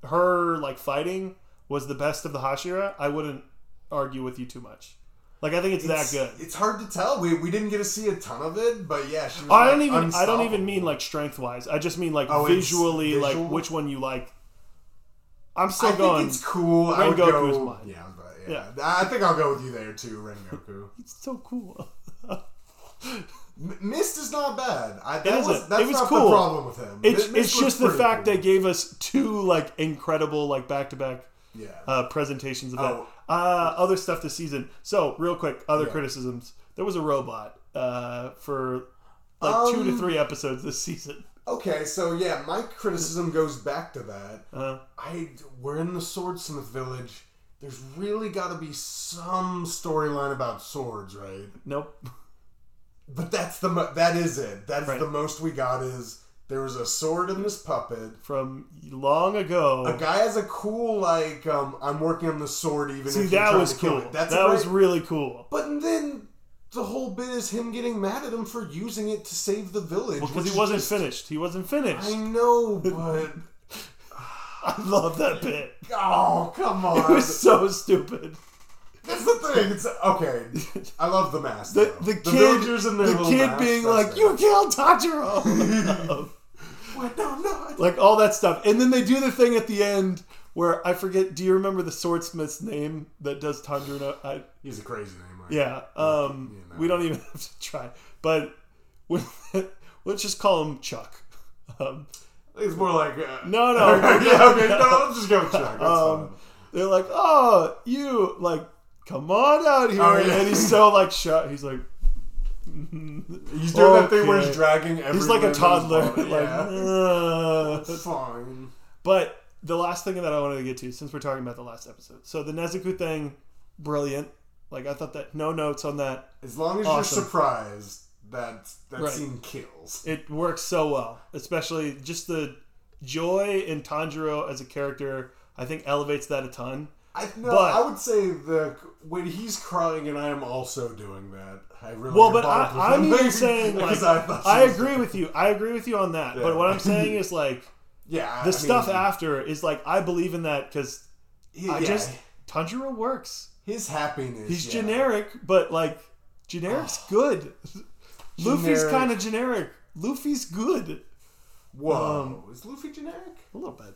Speaker 2: her like fighting was the best of the hashira i wouldn't argue with you too much like i think it's,
Speaker 3: it's,
Speaker 2: that good
Speaker 3: It's hard to tell. We, we didn't get to see a ton of it, but yeah, she was
Speaker 2: i don't
Speaker 3: like,
Speaker 2: even i don't even mean
Speaker 3: unstoppable.
Speaker 2: like strength wise i just mean like
Speaker 3: Oh, it's
Speaker 2: visually
Speaker 3: visual?
Speaker 2: like which one you like i'm
Speaker 3: I
Speaker 2: still
Speaker 3: think
Speaker 2: going
Speaker 3: it's cool. I would
Speaker 2: Rengoku's
Speaker 3: go,
Speaker 2: mine.
Speaker 3: yeah, but yeah, I think I'll go with you there too, Rengoku.
Speaker 2: it's so cool
Speaker 3: M- Mist is not bad. I, that
Speaker 2: isn't.
Speaker 3: was, that's
Speaker 2: It was
Speaker 3: not the
Speaker 2: cool.
Speaker 3: problem with him.
Speaker 2: it's,
Speaker 3: Mi- Mist
Speaker 2: it's
Speaker 3: was
Speaker 2: just the
Speaker 3: pretty
Speaker 2: fact
Speaker 3: cool.
Speaker 2: they gave us two like incredible like back-to-back
Speaker 3: yeah.
Speaker 2: uh, presentations of
Speaker 3: Oh.
Speaker 2: that. Uh, other stuff this season. So, real quick, other
Speaker 3: Yeah.
Speaker 2: criticisms. There was a robot uh, for like two to
Speaker 3: Um,
Speaker 2: three episodes this season. <laughs>
Speaker 3: Okay, so yeah, my criticism goes back to that.
Speaker 2: Uh,
Speaker 3: I we're in the swordsmith village. There's really got to be some storyline about swords, right?
Speaker 2: nope.
Speaker 3: But that's the mo- that is it. That's
Speaker 2: Right.
Speaker 3: the most we got is there was a sword in this puppet.
Speaker 2: From long
Speaker 3: A
Speaker 2: ago.
Speaker 3: guy has a cool like um, I'm working on the sword even.
Speaker 2: See,
Speaker 3: if you're
Speaker 2: that
Speaker 3: trying
Speaker 2: was
Speaker 3: to kill
Speaker 2: cool.
Speaker 3: it.
Speaker 2: That
Speaker 3: That's a
Speaker 2: was
Speaker 3: great-
Speaker 2: really cool.
Speaker 3: But then the whole bit is him getting mad at him for using it to save the village
Speaker 2: Because
Speaker 3: which
Speaker 2: he
Speaker 3: is
Speaker 2: wasn't
Speaker 3: just-
Speaker 2: finished. He wasn't finished. <laughs>
Speaker 3: I
Speaker 2: I,
Speaker 3: know,
Speaker 2: <laughs>
Speaker 3: but
Speaker 2: love that bit.
Speaker 3: oh come on!
Speaker 2: It was so stupid.
Speaker 3: That's the thing. It's okay.
Speaker 2: <laughs>
Speaker 3: I love the mask.
Speaker 2: The,
Speaker 3: though.
Speaker 2: the kid,
Speaker 3: villagers in their
Speaker 2: the
Speaker 3: little
Speaker 2: kid
Speaker 3: masks,
Speaker 2: being
Speaker 3: that's
Speaker 2: like,
Speaker 3: it.
Speaker 2: "You killed <laughs> Tanjiro."
Speaker 3: What? No, no. I-
Speaker 2: like all that stuff. And then they do the thing at the end where I forget. Do you remember the swordsmith's name that does Tanjiro? I,
Speaker 3: He's a crazy name. Right?
Speaker 2: yeah, um,
Speaker 3: Yeah, no.
Speaker 2: we don't even <laughs> have to try. But when, <laughs> let's just call him Chuck. Um,
Speaker 3: It's more like uh,
Speaker 2: No, <laughs> no.
Speaker 3: yeah, <laughs> okay. No, I'll just go check. That's
Speaker 2: Um,
Speaker 3: fine.
Speaker 2: they're like, "Oh, you like, come on out here!"
Speaker 3: Oh, yeah.
Speaker 2: And he's so like shut. He's like,
Speaker 3: He's doing that thing where
Speaker 2: okay.
Speaker 3: he's dragging. Everyone
Speaker 2: he's like
Speaker 3: in
Speaker 2: a
Speaker 3: his
Speaker 2: toddler.
Speaker 3: body,
Speaker 2: <laughs> like,
Speaker 3: yeah.
Speaker 2: "Ugh."
Speaker 3: It's fine.
Speaker 2: But the last thing that I wanted to get to, since we're talking about the last episode, so the Nezuko thing, brilliant. Like I thought that no notes on that.
Speaker 3: As long as
Speaker 2: Awesome.
Speaker 3: you're surprised that that
Speaker 2: Right.
Speaker 3: scene kills.
Speaker 2: It works so well, especially just the joy in Tanjiro as a character. I think elevates that a ton.
Speaker 3: I no,
Speaker 2: But-
Speaker 3: I would say the when he's crying and I am also doing that. I really
Speaker 2: Well, but
Speaker 3: am bothered
Speaker 2: I,
Speaker 3: with
Speaker 2: I'm
Speaker 3: him. <laughs>
Speaker 2: even saying like
Speaker 3: Because thought she
Speaker 2: I
Speaker 3: was-
Speaker 2: agree with you. I agree with you on that.
Speaker 3: Yeah.
Speaker 2: But what I'm saying is like
Speaker 3: <laughs> Yeah,
Speaker 2: the stuff
Speaker 3: after.
Speaker 2: after is like I believe in that because I
Speaker 3: yeah,
Speaker 2: just Tanjiro works.
Speaker 3: his happiness.
Speaker 2: He's
Speaker 3: yeah.
Speaker 2: generic, but like
Speaker 3: <sighs>
Speaker 2: generic's good. Luffy's
Speaker 3: Generic.
Speaker 2: kind of generic. Luffy's good
Speaker 3: Whoa,
Speaker 2: Um,
Speaker 3: is Luffy generic?
Speaker 2: a little bit.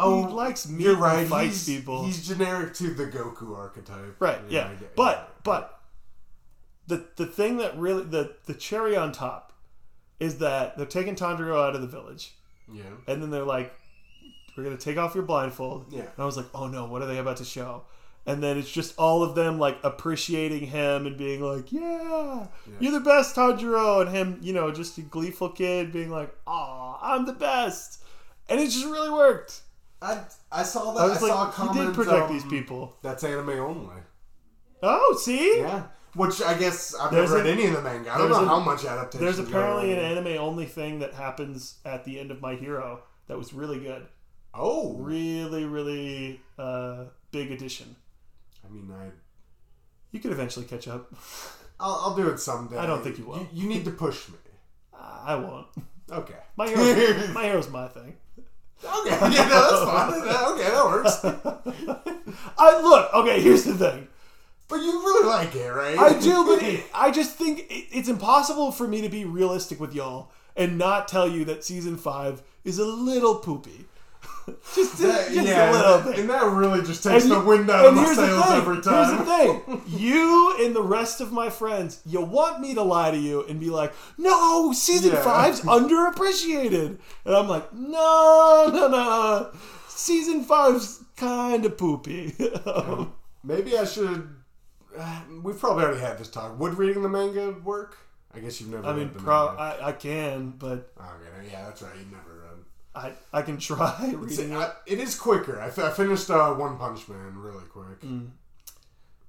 Speaker 3: Oh,
Speaker 2: likes meat
Speaker 3: You're
Speaker 2: and
Speaker 3: right.
Speaker 2: fights
Speaker 3: he's,
Speaker 2: people.
Speaker 3: He's generic to the Goku archetype.
Speaker 2: Right. Yeah.
Speaker 3: I get-
Speaker 2: But but the the thing that really the the cherry on top is that they're taking Tanjiro out of the village,
Speaker 3: yeah,
Speaker 2: and then they're like, "We're gonna take off your blindfold."
Speaker 3: Yeah.
Speaker 2: And I was like, "Oh no, what are they about to show?" And then it's just all of them like appreciating him and being like, "Yeah, you're the best, Tanjiro," and him, you know, just a gleeful kid being like, "Aw, I'm the best," and it just really worked.
Speaker 3: I I saw that.
Speaker 2: I
Speaker 3: I,
Speaker 2: was
Speaker 3: saw a
Speaker 2: like, "You
Speaker 3: comment.
Speaker 2: did protect
Speaker 3: um,
Speaker 2: these people."
Speaker 3: That's anime only.
Speaker 2: Oh, see,
Speaker 3: Yeah. Which I guess I've
Speaker 2: There's
Speaker 3: never read
Speaker 2: a-
Speaker 3: any of the manga. I don't
Speaker 2: there's
Speaker 3: know
Speaker 2: a-
Speaker 3: how much adaptation.
Speaker 2: There's apparently an
Speaker 3: an.
Speaker 2: anime only thing that happens at the end of My Hero that was really good.
Speaker 3: Oh,
Speaker 2: Really, really uh, big addition.
Speaker 3: I I mean, I
Speaker 2: You could eventually catch up. <laughs>
Speaker 3: I'll, I'll do it someday.
Speaker 2: I don't think you will.
Speaker 3: You, you need to push me.
Speaker 2: I won't.
Speaker 3: Okay.
Speaker 2: My hero's, my hero's my thing. <laughs>
Speaker 3: <laughs> Okay. <laughs> Yeah, no, that's fine. That- okay, that works.
Speaker 2: I look. Okay, here's the thing.
Speaker 3: But you really like it, right?
Speaker 2: I
Speaker 3: <laughs>
Speaker 2: do, but it, I just think it, it's impossible for me to be realistic with y'all and not tell you that season five is a little poopy. <laughs> just
Speaker 3: That-
Speaker 2: just
Speaker 3: yeah,
Speaker 2: a little bit.
Speaker 3: and that really just takes
Speaker 2: And
Speaker 3: the
Speaker 2: you-
Speaker 3: wind out of
Speaker 2: and
Speaker 3: my
Speaker 2: here's the
Speaker 3: sails
Speaker 2: thing,
Speaker 3: every time.
Speaker 2: Here's the thing. You and the rest of my friends, you want me to lie to you and be like, no, season
Speaker 3: Yeah. <laughs>
Speaker 2: five's underappreciated. And I'm like, no, no, no. Season five's kind of poopy. <laughs> Um,
Speaker 3: Maybe I should. Uh, we've probably already had this talk. Would reading the manga work? I guess you've never.
Speaker 2: I
Speaker 3: read
Speaker 2: mean,
Speaker 3: the
Speaker 2: pro-
Speaker 3: manga.
Speaker 2: I, I can, but
Speaker 3: okay, yeah, that's right. You've never read.
Speaker 2: I, I can try <laughs> reading it.
Speaker 3: I, it is quicker. I, fi- I finished uh, One Punch Man really quick.
Speaker 2: Mm.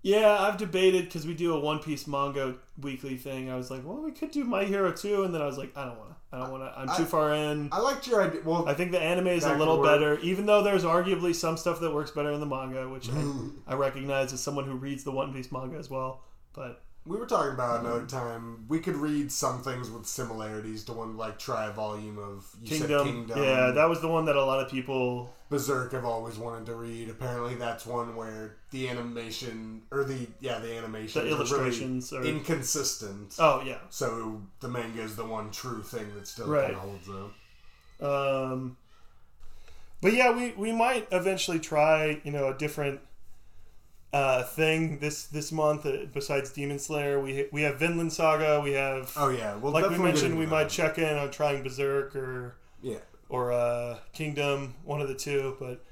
Speaker 2: Yeah, I've debated because we do a One Piece manga weekly thing. I was like, well, we could do My Hero 2. And then I was like, I don't want to. I don't want to. I'm too far in.
Speaker 3: I liked your idea. Well,
Speaker 2: I think the anime is
Speaker 3: Back
Speaker 2: a
Speaker 3: to
Speaker 2: little
Speaker 3: work.
Speaker 2: better, even though there's arguably some stuff that works better in the manga, which I, I recognize as someone who reads the One Piece manga as well. But
Speaker 3: we were talking about another time. We could read some things with similarities to one, like try a volume of you
Speaker 2: Kingdom,
Speaker 3: said Kingdom.
Speaker 2: yeah, that was the one that a lot of people.
Speaker 3: Berserk I've always wanted to read. Apparently, that's one where the animation or the yeah the animation
Speaker 2: The illustrations are-
Speaker 3: inconsistent.
Speaker 2: Oh yeah,
Speaker 3: So the manga is the one true thing that still
Speaker 2: Right.
Speaker 3: kind of holds up.
Speaker 5: Um, but yeah, we, we might eventually try you know a different uh, thing this this month uh, besides Demon Slayer. We we have Vinland Saga. We have
Speaker 3: Oh yeah, well
Speaker 5: like we
Speaker 3: definitely get
Speaker 5: mentioned,
Speaker 3: into
Speaker 5: we
Speaker 3: that.
Speaker 5: might check in on trying Berserk or
Speaker 3: yeah.
Speaker 5: or uh, Kingdom, one of the two. But